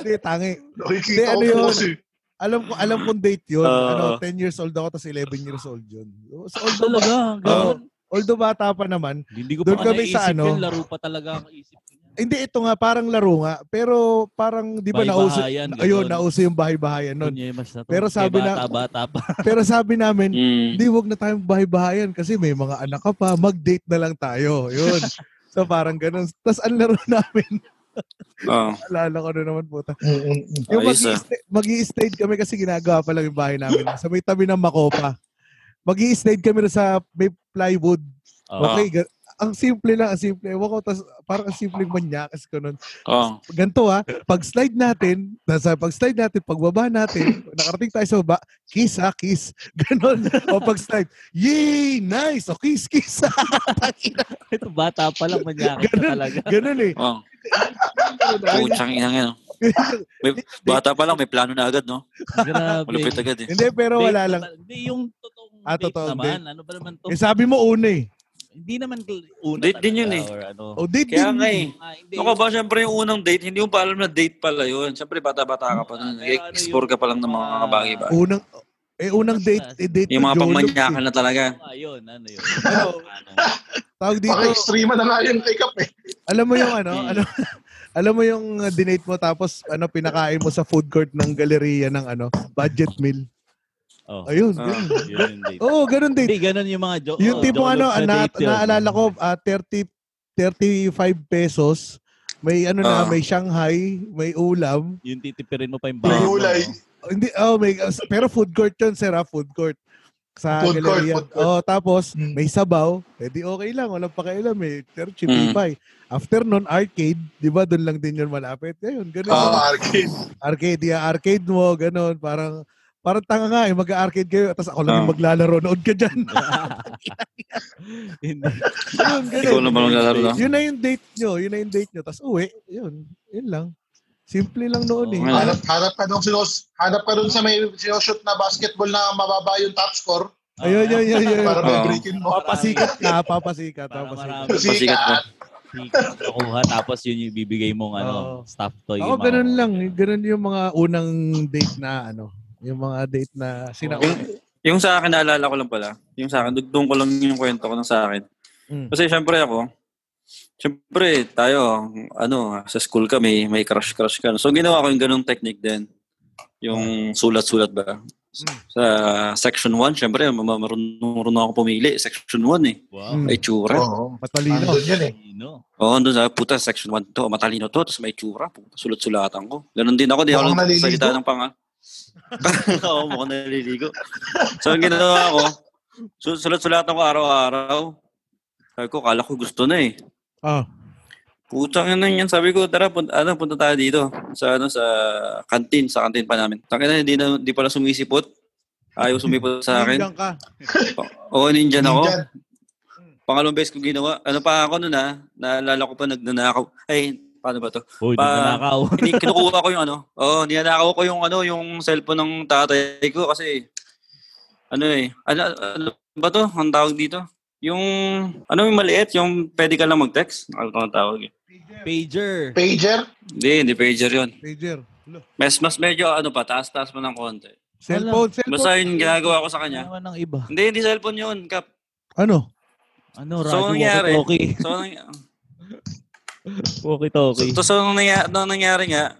S2: Hindi, tangi. Hindi,
S4: Nakikita ko
S2: ano yun?
S4: po kasi.
S2: Alam ko, alam kong date yun.
S1: Oo.
S2: ano, 10 years old ako, tapos 11 years old yun. So, although,
S1: (laughs)
S2: ba-
S3: Talaga.
S1: Oh.
S3: ganun.
S2: although bata pa naman,
S3: Hindi ko
S2: Doon
S3: pa nga
S2: kami sa
S3: naisip
S2: ano.
S3: yun. Laro pa talaga ang isip ko.
S2: Hindi, ito nga, parang laro nga. Pero parang, di ba nauso?
S3: Bahay-bahayan, ganun.
S2: Ayun, nauso yung bahay-bahayan
S3: (laughs)
S2: nun.
S3: Kunya, mas na to.
S2: Pero
S3: Kaya
S2: sabi na-
S3: Bata-bata pa. (laughs)
S2: Pero sabi namin,
S1: Mm.
S2: hindi, wag na tayong bahay-bahayan kasi may mga anak ka pa. Mag-date na lang tayo. Yun. so parang ganun. Tapos ang laro (laughs) namin,
S1: Oo.
S2: alala ko na naman puta.
S4: Mm, mm, mm.
S2: Yung
S1: Ayos, ah.
S2: mag i stayed kami kasi ginagawa pa lang yung bahay namin. Sa may tabi ng Makopa. mag i stayed kami rin sa may plywood.
S1: Ah.
S3: Oo.
S2: Okay, ga- ang simple lang, ang simple. Ewan ko, tas, parang ang simple manyakas ko nun.
S1: Oo.
S2: ganito ha, pag slide natin, nasa pag slide natin, pagbaba natin, nakarating tayo sa baba, kiss ha, kiss. (laughs) Ganon. o pag slide, yay, nice, o kiss, kiss. ah."
S3: Ito bata pa lang manyakit ka
S2: Ganun. (laughs)
S3: talaga.
S2: Ganon eh.
S1: Oo.
S2: Ay,
S1: Putsang oh. inang yan. oh. May, bata pa lang, may plano na agad, no?
S3: Grabe.
S1: Malupit agad eh.
S2: Hindi, pero
S3: Date
S2: wala
S3: na
S2: lang.
S3: tal- Hindi, yung totoong
S2: Ah,
S3: date
S2: totoong
S3: naman. Ano ba naman to?
S2: Eh, sabi mo una eh.
S3: Hindi naman gl- una
S1: Date din
S3: talaga
S1: yun eh.
S3: Or ano.
S2: O, date
S1: Kaya
S2: din.
S1: nga eh.
S3: Ah, hindi.
S1: Ano ka ba, syempre yung unang date, hindi mo pa alam na date pala yun. Syempre bata-bata ka pa
S2: Ah,
S1: nun.
S2: ano
S1: Explore ka pa lang ng mga bagay ba.
S2: Unang, eh, unang date, eh, date
S1: Yung mga
S2: to Jolo,
S1: pangmanyakan
S2: eh.
S1: na talaga.
S3: Ah, yun, ano yun.
S2: Ano?
S3: Ano?
S2: Tawag dito,
S4: Paka-extrema na nga yung makeup eh.
S2: alam mo yung ano, (laughs)
S1: Mm.
S2: alam, alam mo yung uh, dinate mo tapos ano pinakain mo sa food court ng galeriya ng ano, budget meal.
S3: Oh,
S2: Ayun.
S1: Ah.
S2: ganun.
S3: yun yung date.
S2: Oo, oh, ganun date.
S3: Hindi, ganun yung mga jo-
S2: Yung
S3: oh,
S2: tipong
S3: jollof
S2: ano,
S3: na
S2: na,
S3: date yun.
S2: naalala ko, ah, 30, 35 pesos, may ano
S1: Ah.
S2: na, may Shanghai, may ulam.
S3: Yung titipirin mo pa yung
S4: May
S1: Ah,
S3: bago.
S4: ulay.
S2: Oh, Hindi, oh, may, pero food court yun, sir, ah, food court. Sa
S4: Food court,
S2: galerian.
S4: food court.
S2: Oh, tapos,
S4: Mm.
S2: may sabaw, edi okay lang, walang pakialam eh, pero
S1: Mm.
S2: chippy pie. After nun, arcade, di ba, doon lang din yun malapit. Ayun, ganun.
S4: Sa
S1: Ah.
S4: market.
S2: Arcade, yeah, arcade mo, ganun, parang, parang tanga nga eh, mag-arcade kayo, tapos ako lang yung
S1: Ah.
S2: maglalaro, nood ka dyan.
S3: (laughs) Hindi.
S2: Ayun, ganun.
S1: Ikaw naman ang lalaro na.
S2: Yun na yung date nyo. Yun na yung date nyo. Tapos uwi. Yun. Yun lang. Simple lang noon eh.
S1: Oo, nga.
S4: Hanap, hanap ka nung sinos, hanap ka dun sa may sinoshoot na basketball na mababa yung top score
S2: Ayun, yun, yun, yun.
S4: para may
S1: Oo.
S4: breakin mo.
S2: Papasikat ka, papasikat,
S3: Para
S2: papasikat.
S3: marami.
S1: Pasikat mo.
S3: Ticket nakuha, tapos yun yung ibibigay mong ano,
S2: Oo.
S3: staff toy.
S2: Ako
S3: yung mga-
S2: ganun lang, ganun yung mga unang date na ano, yung mga date na
S1: Yung,
S2: sinauna.
S1: yung sa akin, naalala ko lang pala. Yung sa akin, dugtong ko lang yung kwento ko ng sa akin.
S2: Mm.
S1: Kasi syempre ako, syempre tayo, ano, sa school ka may, may crush-crush ka. So ginawa ko yung ganung technique din. Yung sulat-sulat ba? Sa section 1, syempre, marunong ako pumili. Section 1 eh.
S3: Wow.
S2: Mm.
S1: May tsura.
S4: Oo.
S2: Matalino.
S4: Andun yun eh.
S3: Sino?
S1: Oo, doon sa puta, section 1 to, matalino to, tapos may tsura, puta, sulat-sulatan ko. Ganon din ako, di ako
S4: Mukhang
S1: lang
S4: naliligo.
S1: salita ng pangal. (laughs) Oo, mukhang naliligo. So, ang ginawa ko, su- sulat-sulatan ko araw-araw. Sabi ko, kala ko gusto na eh.
S2: Ah.
S1: Putang ina yan. Sabi ko, tara, punta, ano, punta tayo dito. Sa, ano, sa canteen, sa canteen pa namin. Tangin na, hindi, na, hindi pala sumisipot. Ayaw sumipot sa akin.
S2: Ninjan ka.
S1: Oo, ninja na ako.
S4: Ninjan.
S1: Pangalawang beses ko ginawa. Ano pa ako nun ha? Naalala ko pa nagnanakaw. Ay, paano ba to?
S3: Uy,
S1: Pa-
S3: nananakaw.
S1: Kini- kinukuha ko yung ano. Oo, oh, ninanakaw ko yung ano, yung cellphone ng tatay ko kasi ano eh. Ano, ano ba to? Ang tawag dito? Yung ano yung maliit, yung pwede ka lang mag-text. Ano ang tawag? eh?
S3: Pager.
S4: Pager?
S1: Hindi, hindi pager yun.
S2: Pager. Lo,
S1: Mas, mas medyo ano pa, taas-taas mo ng konti.
S2: Cellphone, cellphone.
S1: Basta yun ginagawa ko sa
S3: Ano
S1: kanya.
S3: naman ang iba?
S1: Hindi, hindi cellphone yun, Kap.
S2: Ano?
S3: Ano,
S1: So,
S3: radio,
S1: ang nangyari?
S3: walkie-talkie.
S1: So, nang-
S3: Walkie-talkie.
S1: so, so nung, nangyari, nung nangyari nga,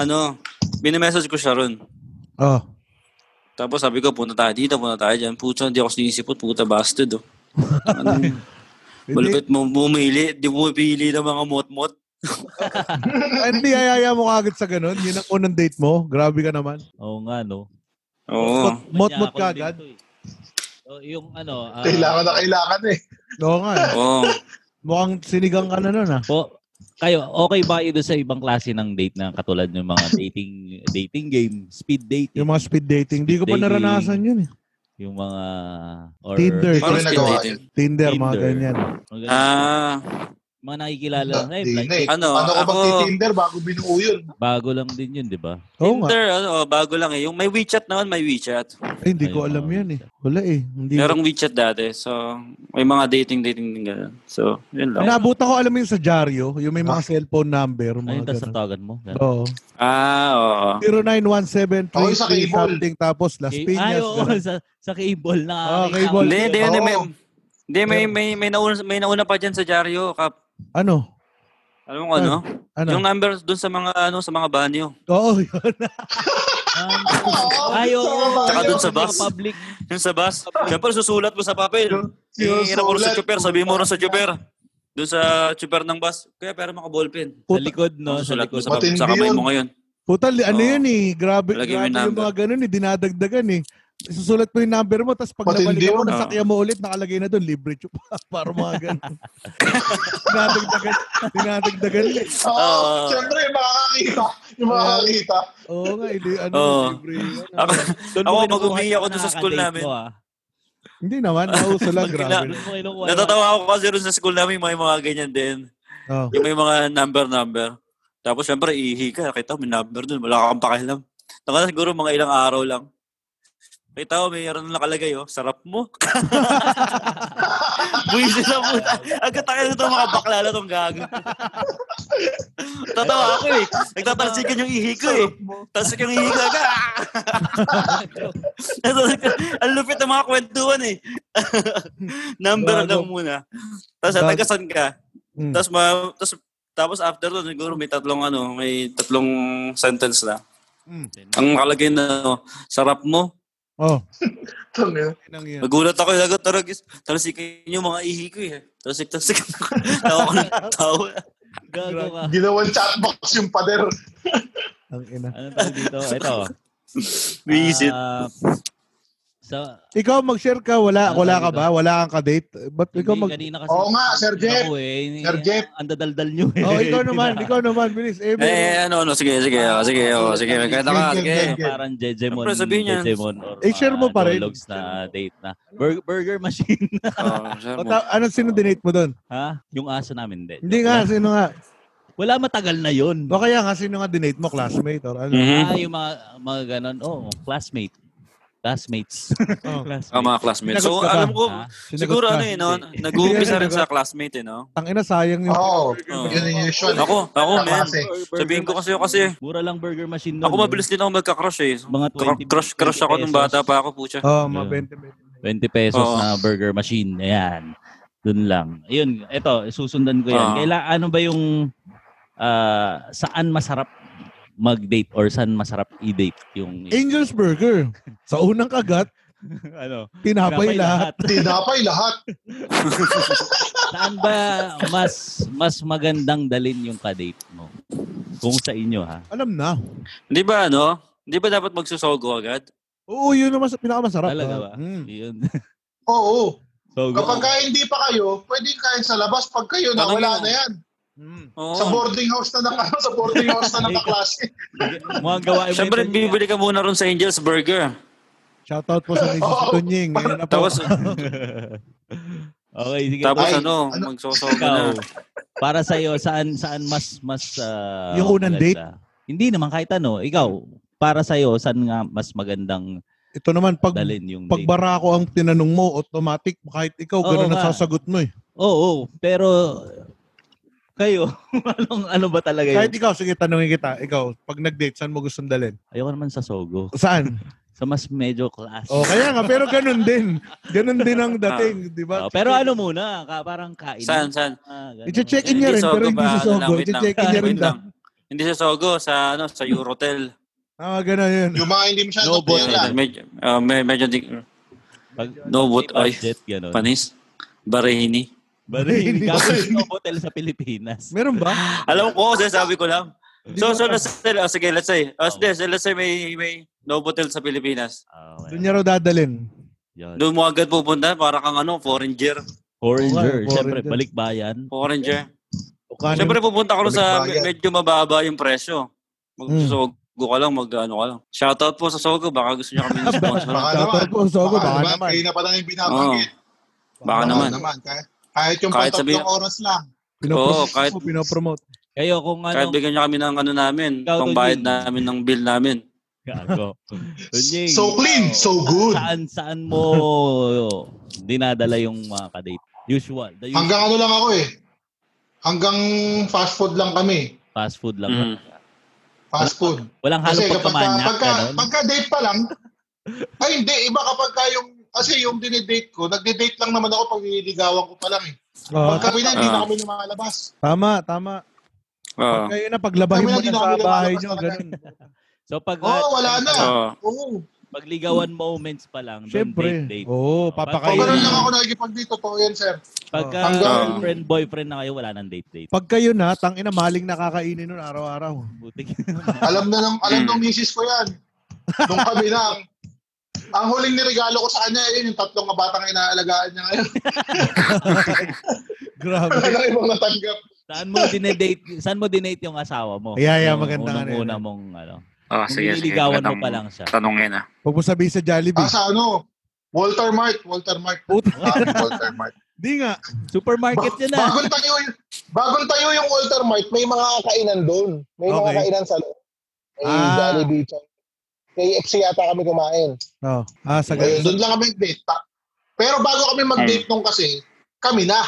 S1: ano, binimessage ko siya ron.
S2: Oh.
S1: Tapos sabi ko, punta tayo dito, punta tayo dyan. Puta, hindi ako sinisipot, puta bastard, oh. Ano,
S2: Hindi,
S1: malupit mo, bumili, di bumili ng mga mot-mot.
S2: ay, Ah, hindi ayaya mo kagad sa ganun. Yun ang unang date mo. Grabe ka naman.
S3: Oo nga, no?
S1: Oo.
S2: Mot-mot ka
S3: Kanya ako
S2: agad.
S3: dito, eh. So, yung ano, ah,
S4: Kailangan na kailangan eh.
S2: Oo nga. eh.
S4: (laughs)
S1: Oo.
S2: Mukhang sinigang ka na nun ah.
S3: po, kayo, okay ba kayo doon sa ibang klase ng date na katulad ng mga
S2: (laughs)
S3: dating dating game, speed dating,
S2: Yung mga speed dating. Hindi ko pa
S3: Speed dating.
S2: naranasan yun eh.
S3: yung mga or
S2: Tinder.
S4: Hindi ko
S1: Parang
S4: rin Ano nagawa
S1: speed
S4: yun.
S2: Tinder, mga
S3: Tinder.
S2: ganyan.
S3: Mga,
S1: Ah,
S3: mga nakikilala lang, eh,
S4: Hindi
S3: like,
S4: na eh.
S1: ano,
S4: Paano ko
S1: ako-
S4: magti-Tinder bago binuo yun?
S3: bago lang din yun, di ba?
S2: Oo nga.
S1: Tinder, ano, oh, bago lang eh. Yung may WeChat naman, may WeChat.
S2: Ay, hindi ko
S3: Ayun, oh.
S2: alam
S3: mga
S2: yan eh. Wala eh. Hindi ko-
S1: Merong WeChat dati. So, may mga dating-dating din gano'n. So, yun lang.
S2: Inaabot ako, alam mo yung sa dyaryo, yung may mga cellphone number,
S3: Ayun,
S2: mga
S3: tapos
S2: ganun.
S3: natawagan mo. Ganun.
S2: Oo.
S1: Ah, oo.
S2: 0917
S4: Oo, sa cable.
S2: something, tapos Las
S3: Kay-
S2: Piñas.
S3: Ay, oo,
S2: ganun.
S3: sa, sa cable
S2: Ah,
S3: na.
S2: cable.
S1: Hindi, hindi, hindi. May,
S4: Oo.
S1: hindi, may, may, may, nauna, may nauna pa dyan sa dyaryo, Kap.
S2: Ano?
S1: Alam mo kung ano?
S2: Ano?
S1: Yung number doon sa mga, ano, sa mga banyo.
S2: Oo, yun. (laughs)
S3: Ah, Ay, oo.
S1: Tsaka dun sa bus.
S3: Public.
S1: Yung sa bus. Siyempre, susulat mo sa papel. Hihira Eh, mo rin sa chopper. Sabi mo rin sa chopper. Doon sa chopper ng bus. Kaya pera maka-ballpen.
S3: Sa
S2: Puta,
S3: likod, no? Sa
S1: Sulat mo
S3: likod.
S1: sa,
S4: Matindi
S1: sa kamay
S4: yun.
S1: mo ngayon.
S2: puta, li- ano
S1: Oo.
S2: yun eh. Grabe,
S1: Lagay mo yung
S2: grabe yung
S1: number.
S2: mga ganun eh. Dinadagdagan eh. Susulat mo yung number mo, tapos pag
S4: Pati hindi
S2: nabalikan mo,
S4: yun,
S1: ah.
S2: nasakya mo ulit, nakalagay na doon, libre chupa. (laughs) Para mga ganun. dinadagdagan, dinadagdagan eh.
S4: Oo,
S1: Oo.
S4: syempre, yung makakakita. Yung makakakita.
S2: Oo nga, ili, ano,
S1: Oo.
S2: libre. yun.
S1: Ako, (laughs)
S3: Doon
S1: Ako,
S3: mo kinukuha
S1: mag-uwi
S3: yung
S1: ako doon sa school
S3: nakaka-date
S1: namin.
S3: mo, ah.
S2: Hindi naman, nauso lang,
S1: Pag
S2: grabe.
S1: kina-
S3: Doon mo kinukuha yung-
S1: natatawa ako kasi rin sa school namin may mga ganyan din.
S2: Oo.
S1: Yung may mga number-number. Tapos syempre, ihi ka. Kita mo, may number doon. Wala kang pakialam. Taka na siguro mga ilang araw lang. Kita mo, mayroon na nakalagay, oh. Sarap mo.
S2: (laughs)
S1: Buwisit na puta. Agad tayo na itong mga bakla na itong gago. Tatawa ako eh. Nagtatalsikan yung ihi ko eh. Talsik yung ihi ko
S2: (laughs)
S1: agad. (laughs) Ang lupit ng mga kwentuhan eh. (laughs) Number
S2: Gago.
S1: lang muna. Tapos
S2: Gago.
S1: tagasan ka.
S2: Mm.
S1: Tapos, ma- tapos, tapos after doon, siguro may tatlong ano, may tatlong sentence na.
S2: Mm. Oh.
S1: Ang nakalagay na, ano, sarap mo.
S2: Oo.
S4: Tanga.
S2: Nang yun.
S1: Nagulat ako, lagot tarag, talsikin yung mga ihi ko eh. Talsik, talsik. (laughs) tawa ko ng tawa.
S3: Gago ka.
S4: Ginawang chatbox yung pader.
S2: Ang ina.
S3: Anong tawag dito?
S1: (laughs)
S3: Ito.
S1: Visit.
S3: Ah, sa,
S2: Ikaw mag-share ka, wala,
S3: Ano
S2: wala ka
S3: dito?
S2: ba? Wala kang ka-date? Ba't
S3: Hindi,
S2: ikaw mag...
S3: kanina kasi.
S4: Oo nga, Sir Jeff.
S3: Ako eh,
S4: Sir Jeff.
S3: Ang dadaldal nyo eh. (laughs)
S2: Oh, ikaw naman, ikaw naman, bilis. Eh, meron-
S1: Eh, ano, ano, sige, sige, oh, sige, oh, sige, kahit ako,
S4: Sige,
S1: sige.
S4: sige.
S3: Parang Jejemon.
S1: Siyempre, sabihin niya.
S3: Jejemon or
S2: Eh, share mo
S3: mga
S2: pa rin.
S3: Dologs na date na. Bur- burger machine. (laughs)
S1: Oh, sarap
S2: O,
S1: mo.
S2: ta- anong sino dinate mo doon?
S3: ha? Yung aso namin, hindi.
S2: Hindi nga, sino nga?
S3: Wala matagal na yun.
S2: O kaya nga, sino nga dinate mo? Classmate or ano?
S3: Ah,
S1: Mhm.
S3: yung mga, mga ganon. Oh, classmate.
S2: (laughs)
S3: Classmates.
S2: Oh.
S3: Classmates.
S1: Ah, mga classmates. So,
S2: Sinagot ka ba?
S1: alam ko,
S3: Ah,
S2: Sinagot
S1: siguro
S2: ka.
S1: ano eh, no? Nag-uumpisa rin sa
S2: Sinagot.
S1: classmate eh, no?
S2: Ang ina, sayang yung...
S4: Oo.
S1: Oo.
S4: Yun yung usual.
S1: Ako, ako, man.
S4: Kaklase.
S1: Sabihin ko kasi, kasi
S3: Mura lang burger machine nun. eh.
S1: ako mabilis din ako magka-crush eh.
S3: Mga 20
S1: Crush, crush ako nung bata pa ako, pucha.
S2: Oh, mga 20 minutes.
S3: 20 pesos
S1: Oo.
S3: na burger machine. Ayan. Doon lang. Ayun, eto, susundan ko yan.
S1: Oo.
S3: Kaila, ano ba yung ah, saan masarap mag-date or saan masarap i-date yung
S2: Angel's Burger. Sa unang kagat,
S3: (laughs) ano
S2: tinapay lahat.
S4: Tinapay lahat.
S3: (laughs) saan ba mas mas magandang dalin yung kadate mo kung sa inyo ha
S2: Alam na.
S1: Di ba ano? Di ba dapat magsusogo agad?
S2: Oo, yun naman sa pinakamasarap.
S3: Talaga
S2: ah.
S3: ba?
S2: Mm.
S3: yun
S4: Oo.
S3: so
S4: Kapag ka hindi pa kayo, pwede kain sa labas. Pag kayo na,
S1: Tanong
S4: wala
S1: mo.
S4: na yan.
S2: Mm.
S1: Oo.
S4: Sa boarding house na naka, (laughs) sa boarding house na nakaklase.
S3: mga gawain mo
S1: Siyempre,
S3: yun.
S1: bibili ka muna ron sa Angel's Burger.
S2: Shoutout po sa Mrs.
S4: Oo.
S2: Tunying. Ngayon na po.
S1: Tapos,
S2: (laughs)
S3: okay sige
S1: tapos
S4: Ay,
S1: ano,
S4: ano?
S1: magsosogo
S3: Ikaw,
S1: na.
S3: para sa iyo saan saan mas mas ah,
S2: Yung unang date?
S3: maganda? Hindi naman kahit ano, ikaw para sa iyo saan nga mas magandang
S2: Ito naman, pag,
S3: dalin yung date?
S2: pagbara ko ang tinanong mo, automatic, kahit ikaw,
S3: Oo
S2: ganun ang
S3: nga.
S2: sasagot mo eh.
S3: Oo, oo, pero kayo, (laughs) anong ano ba talaga
S2: Kahit
S3: yun?
S2: ikaw, sige, tanungin kita. Ikaw, pag nag-date, saan mo gustong dalhin?
S3: Ayoko naman sa sogo.
S2: Saan?
S3: Sa mas medyo class.
S2: O, Oh, kaya nga, pero ganun din. Ganun din ang dating, di ba?
S3: Oo, pero ano muna, ka, parang kain.
S1: Saan, saan?
S3: Ah, ganun.
S2: Iche-check in niya rin, pero hindi
S1: ba?
S2: sa
S1: Ano lang,
S2: Sogo.
S1: wait lang.
S2: Iche-check in niya
S1: Wait
S2: rin daw.
S1: lang. Hindi sa Sogo, sa ano, sa Eurotel.
S2: Ah, ganun yun.
S4: Yung mga hindi masyado
S3: No board.
S4: clear lang.
S1: Medyo, ah, may- medyo, di-
S3: Pag,
S1: No,
S3: pag
S1: but-
S3: may
S1: ay.
S3: budget, ganun.
S1: panis. Barehini.
S3: Barini. Kapag no hotel sa Pilipinas.
S2: Meron ba?
S1: Alam ko, sabi ko lang. So, so, let's say, oh, sige, let's say, oh, let's say, let's say may, may Novotel sa Pilipinas.
S3: Oh,
S2: Doon niya raw dadalhin.
S1: Doon mo agad pupunta, para kang ano, foreigner.
S3: Foreigner.
S2: Oo,
S3: Siyempre,
S2: foreigner.
S3: balikbayan.
S1: Foreigner.
S2: O kanin-
S1: Siyempre pupunta ko rin sa
S4: Balikbayan.
S1: medyo mababa yung presyo. Magsusogo ka lang, mag-ano ka lang. Shoutout po sa Sogo, baka gusto niyo kami sponsor.
S4: Baka
S2: Shoutout
S4: naman.
S2: po, Sogo,
S4: Baka
S2: baka
S4: naman.
S2: naman.
S4: Kayo na pa lang yung binabanggit.
S1: baka naman.
S4: Kahit, kahit yung
S1: Kahit
S4: patatlong
S1: sabihin-
S4: oras lang.
S2: Pinopromote.
S3: Oh,
S1: Oo, kahit-
S2: mo, pinopromote.
S3: Kayo, kung
S1: Kahit
S3: ano,
S1: bigyan niyo kami ng ano namin,
S3: Ikaw,
S1: pangbayad
S3: Tony.
S1: namin ng bill namin.
S3: Gago. Tunying,
S4: So clean,
S3: ikaw,
S4: so good.
S3: Saan, saan mo dinadala yung mga kadate? Usual. The usual
S4: Hanggang ano lang ako eh. Hanggang fast food lang kami.
S3: fast food lang.
S1: Mm. Ano?
S3: Wala-
S4: Fast food.
S3: Walang halo
S4: Kasi kapag ka,
S3: pagkamanyak.
S4: pagka,
S3: ganun.
S4: pagka date pa lang, (laughs) ay hindi, iba kapag ka yung, kasi yung dinidate ko, nagdi-date lang naman ako pag nililigawan ko pa lang eh.
S2: Oo,
S4: Pagka na, hindi
S1: Ah.
S4: na kami lumalabas.
S2: tama, tama.
S3: Ah.
S1: Oo.
S2: Pag kayo na, paglabahin
S4: Kami
S2: mo
S4: na
S2: na
S4: ginawa
S2: sa
S4: nila,
S2: bahay
S4: lalabas
S2: nyo,
S4: talaga.
S2: ganun.
S3: So pag
S4: Oo, oh, wala na.
S1: Oo.
S4: Oo.
S3: pagligawan moments pa lang, doon
S2: Siyempre.
S3: date date.
S2: Oo,
S4: Pag
S2: papakain.
S3: Ayun.
S4: ganun lang ako nakikipag-date, totoo yan, sir.
S3: Pagka
S4: Hanggang-
S3: girlfriend boyfriend na kayo, wala nang date date.
S2: Pag kayo na, tang ina, maling nakakainin nun araw-araw. (laughs)
S3: Butik.
S4: Alam na ng alam
S1: Hmm.
S4: ng misis ko 'yan. Nung kami lang. Ang huling niregalo ko sa kanya, yun, yung tatlong na batang inaalagaan niya ngayon. (laughs) Wala
S2: Grabe.
S4: nang ibang natanggap.
S3: saan mo dinedate, saan mo dinate yung asawa mo?
S2: Yeah, yeah,
S3: Yung
S2: maganda nga
S3: unang,
S2: na yun.
S3: una mong ano.
S1: Ah,
S3: Kung nililigawan mo pa lang siya.
S1: Tanongin na.
S2: Huwag mo sabihin sa Jollibee.
S4: Ah, sa ano? Walter Mart, Walter Mart.
S2: Puta.
S4: Ah, Walter Mart.
S2: Di nga.
S3: Supermarket yun ah. na.
S4: Bagong tayo yung, bagong tayo yung Walter Mart, may mga kainan doon. May mga
S2: Okay.
S4: kainan sa loob. May
S2: Ah.
S4: Jollibee. tsaka KFC yata kami kumain.
S2: No. Ah, sa
S4: Ayun,
S2: ganun.
S4: doon lang kami date. Pa- Pero bago kami mag-date nung kasi, kami na.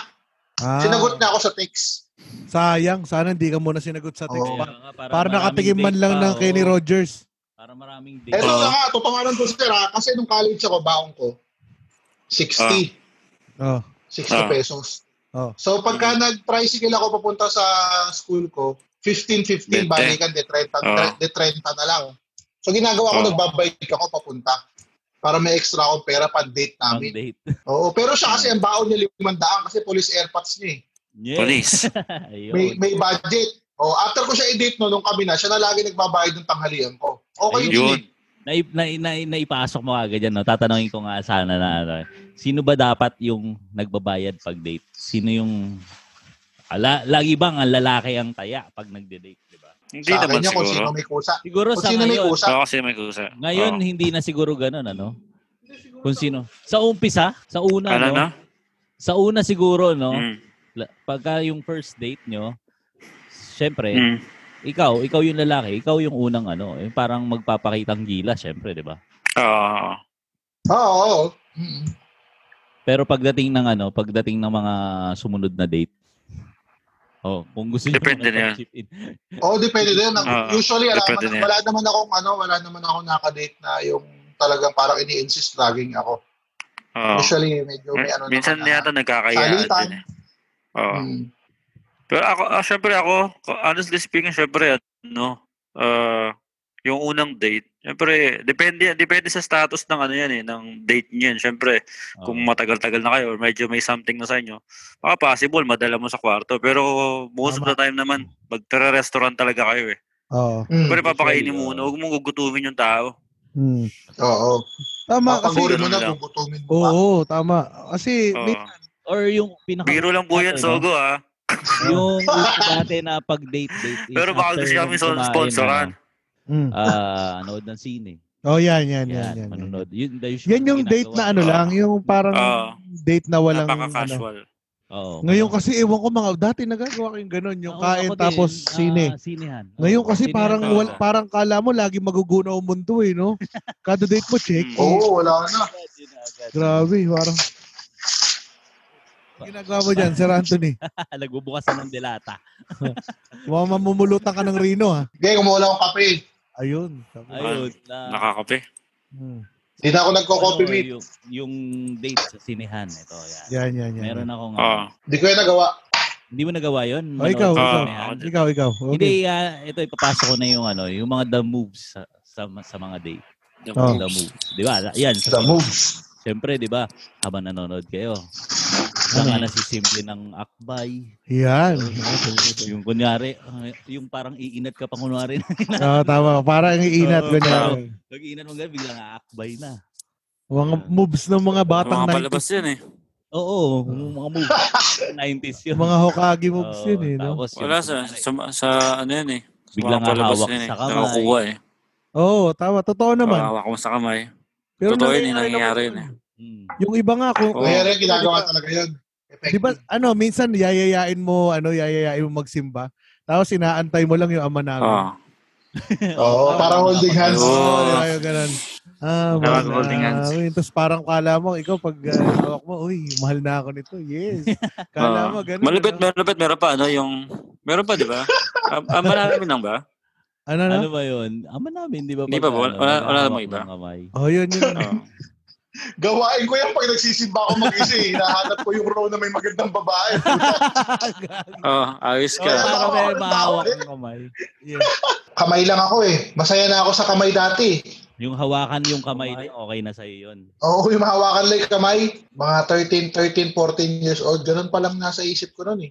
S2: Ah,
S4: Sinagot na ako sa text.
S2: Sayang. Sana hindi ka muna sinagot sa text
S4: Oo.
S2: pa.
S3: Kaya nga, para
S2: Para
S3: maraming
S2: nakatikim man
S3: date
S2: lang
S3: pa,
S2: ng
S3: oo.
S2: Kenny Rogers.
S3: Para maraming date.
S2: Ah.
S4: Eto
S1: Oo.
S4: na nga, tutunganan ko sir ha, kasi nung college ako, baon ko, 60.
S1: Ah. Ah.
S2: Oh.
S4: 60
S1: Mm-hmm.
S4: pesos.
S2: Oh.
S4: So pagka nag-tricycle ako papunta sa school ko, 15-15,
S1: Bente.
S4: balikan, de 30,
S1: Ah.
S4: de 30 na lang. So ginagawa ko,
S1: Ah.
S4: nagbabike ako papunta para may extra akong pera pang date
S3: Pang
S4: namin.
S3: date.
S4: Oo, pero siya
S1: Ah.
S4: kasi ang baon niya 500 kasi police airpods niya eh.
S3: Yes.
S1: Police.
S3: (laughs) Ayun.
S4: May, may budget. Oh, after ko siya i-date no, nung kami na, siya na lagi nagbabayad ng tanghalian ko. Okay
S3: Ayun.
S4: yun. eh.
S3: Naip, na, na, naipasok mo agad yan. No? Tatanungin ko nga sana na ano. Sino ba dapat yung nagbabayad pag date? Sino yung... Ala, lagi bang ang lalaki ang taya pag nagde-date, di ba?
S1: Hindi
S4: Sa akin
S1: naman
S4: niya kung sino
S1: siguro. Ah.
S4: may kusa.
S3: Siguro
S4: Kung
S3: sa
S4: sino may
S3: ngayon,
S4: kusa.
S1: Oo, kasi may kusa.
S3: ngayon
S1: Oo.
S3: hindi na siguro ganun, ano? Kung sino. Sa umpisa, sa una,
S1: Ano
S3: no?
S1: na?
S3: Sa una siguro, no?
S1: Mm.
S3: La- Pagka yung first date nyo, siya Siyempre,
S1: Mm.
S3: ikaw, ikaw yung lalaki, ikaw yung unang ano, eh, parang magpapakitang gila, syempre, di ba?
S1: Oo.
S4: Oo. Mm.
S3: Pero pagdating ng ano, pagdating ng mga sumunod na date, oh, kung gusto niyo
S1: Depende na yan.
S3: makipag-chip in.
S4: Oo, depende din.
S1: Ah,
S4: Usually, alam
S1: depende na
S4: naman,
S1: yan.
S4: wala naman akong, ano, wala naman akong nakadate na yung talagang parang ini-insist laging ako.
S1: Oo. Mm.
S4: Usually, medyo may ano
S1: Minsan
S4: naman na-
S1: yata nagkakayaan
S4: Salitan.
S1: din eh. Oo.
S4: Mm.
S1: Pero ako, ah, syempre ako, ko- honestly speaking, syempre, ano, uh, yung unang date, syempre, depende, depende sa status ng ano yan eh, ng date niyan. Syempre,
S3: Oh.
S1: kung matagal-tagal na kayo or medyo may something na sa inyo, baka possible, madala mo sa kwarto. Pero most of
S2: Tama.
S1: the time naman, magtara-restaurant talaga kayo eh.
S2: Oo.
S4: Mm.
S1: Pero papakainin
S3: Usually,
S1: mo
S3: ah.
S1: muna, huwag mong gugutumin yung tao.
S2: Hmm.
S4: Oo.
S2: Tama kasi.
S4: Papanggulin mo
S1: Ganun
S4: na,
S1: lang.
S4: gugutumin mo
S2: Oo,
S4: pa.
S2: tama. Kasi
S1: Oo.
S2: may
S3: Or yung pinaka
S1: Biro lang po yan,
S3: after, no?
S1: Sogo ah.
S3: Yung uso dati na pag-date date is
S1: Pero baka
S3: after
S1: gusto kami
S3: yung kumain,
S1: sponsoran.
S3: ano,
S2: Mm.
S3: Ah, nanood ng sine.
S2: Oh, yan, yan, yan,
S3: Yan,
S2: yan. Yan,
S3: manonood. Yun, the usual
S2: Yan yung date
S3: ginagawa.
S2: na ano
S1: Oo.
S2: lang, yung parang
S1: Oo.
S2: date na walang ano.
S1: Ah, Napaka-casual.
S3: Oo.
S2: Ngayon kasi ewan ko mga dati nagagawa ko yung ganun, yung
S3: Oo,
S2: kain
S3: ako din,
S2: tapos
S3: ah,
S2: sine.
S3: sinehan. Oo,
S2: Ngayon kasi
S3: sinehan
S2: parang
S1: talaga.
S3: ako.
S2: wal, parang kala mo lagi magugunaw ang mundo eh,
S3: (laughs)
S2: no? Kada date mo check.
S1: Mm.
S3: Hmm.
S4: Oo, wala na.
S3: Agad, yun agad.
S2: Grabe, parang ginagawa mo dyan, Sir
S3: (laughs)
S2: Anthony.
S3: (laughs) Nagbubukas na ng delata.
S2: Mukhang mamumulutan ka ng ah. Rino, ha?
S4: Hindi, kumuha lang akong kape.
S2: Ayun.
S3: Ayun. Na, ano,
S1: Nakakape.
S2: Hmm.
S4: Hindi na ako nagko-copy
S2: Ano, eh,
S4: meet.
S3: yung, yung date sa sinehan. Ito, yan.
S2: Yan, yan, yan.
S3: Meron akong...
S1: Oo.
S4: Hindi ko yan nagawa.
S3: Hindi mo nagawa yun?
S2: Oh, ikaw,
S3: Manood sa
S2: ikaw,
S3: sinehan?
S1: ako din.
S2: ikaw, ikaw.
S3: Hindi,
S2: Okay.
S3: ah, ito ipapasok ko na yung ano, yung mga the moves sa, sa, sa mga date.
S1: The
S2: Oh.
S3: The
S1: moves.
S3: moves. Di ba? Yan.
S4: The
S3: Sa,
S4: moves.
S3: Siyempre, di ba? Habang nanonood kayo.
S2: Ano
S3: Saan ka nasisimple ng akbay? (laughs)
S2: Yan.
S3: Yung kunyari, ah, yung parang iinat ka pa kunwari. (laughs)
S2: Oo, tama. Parang iinat,
S3: Oo,
S2: ganyan.
S3: Pag iinat mo ganyan, biglang aakbay na.
S2: Mga moves ng mga batang
S1: Mga
S2: 90s.
S1: palabas yan eh.
S3: Oo, yung mga
S1: (laughs)
S3: moves. 90s yun.
S2: Mga Hokage moves
S3: Oo,
S2: yun, eh, no?
S3: tapos yung
S1: Wala sa,
S3: kunyari,
S1: sa, sa ano yan eh. Sa
S3: Biglang
S1: mga palabas
S3: hahawak
S1: yan eh.
S3: sa kamay.
S1: Nakakuha eh.
S2: Oo, tama. Totoo Ano naman.
S1: Hahawak mo sa kamay.
S2: Pero
S1: Totoo yun eh,
S2: nangyayari
S1: nangyayari
S2: naman
S1: yun eh.
S3: mm,
S2: Yung iba nga, kung,
S1: Oo.
S4: Kaya rin, eh, ginagawa talaga yun.
S2: Di ba, ano, minsan yayayain mo, ano, yayayain mo magsimba. Tapos inaantay mo lang yung ama namin.
S1: Oo.
S2: Ah,
S4: Oo, para
S3: Ano
S4: holding hands.
S2: Oo, oh,
S1: Oo.
S2: ayaw ganun. Ah,
S1: Tawag
S2: mahal
S1: holding
S2: na.
S1: hands.
S2: Tapos parang kala mo, ikaw pag ah, hawak mo, uy, mahal na ako nito. Yes. Kala mo,
S1: Oo.
S2: ganun.
S1: Malupit,
S2: ano?
S1: malupit. Meron pa ano yung... Meron pa, di
S2: (laughs)
S1: ba? Ah, ah, Marami lang ba?
S2: Ano, ano?
S3: ano ba yun? Ama namin, di ba?
S1: Di ba
S3: pag,
S1: ba?
S3: ano,
S1: Wala- wala namang
S3: naghahawak
S1: iba?
S3: ng kamay?
S2: Oh, yun, yun.
S3: Ah.
S1: Oo.
S4: Gawain ko yan pag nagsisimba ako mag-isa eh. Hinahanap ko yung row na may magandang babae.
S1: Oo, ayos
S3: Oh,
S2: Ano?
S1: ka.
S3: para may mahawak ng kamay.
S2: Yeah.
S4: Kamay lang ako eh. Masaya na ako sa kamay dati.
S3: Yung hawakan yung kamay na okay na sa'yo yun.
S4: Oo, yung mahawakan lang yung kamay. Mga 13, 13, 14 years old. Ganun pa lang nasa isip ko nun eh.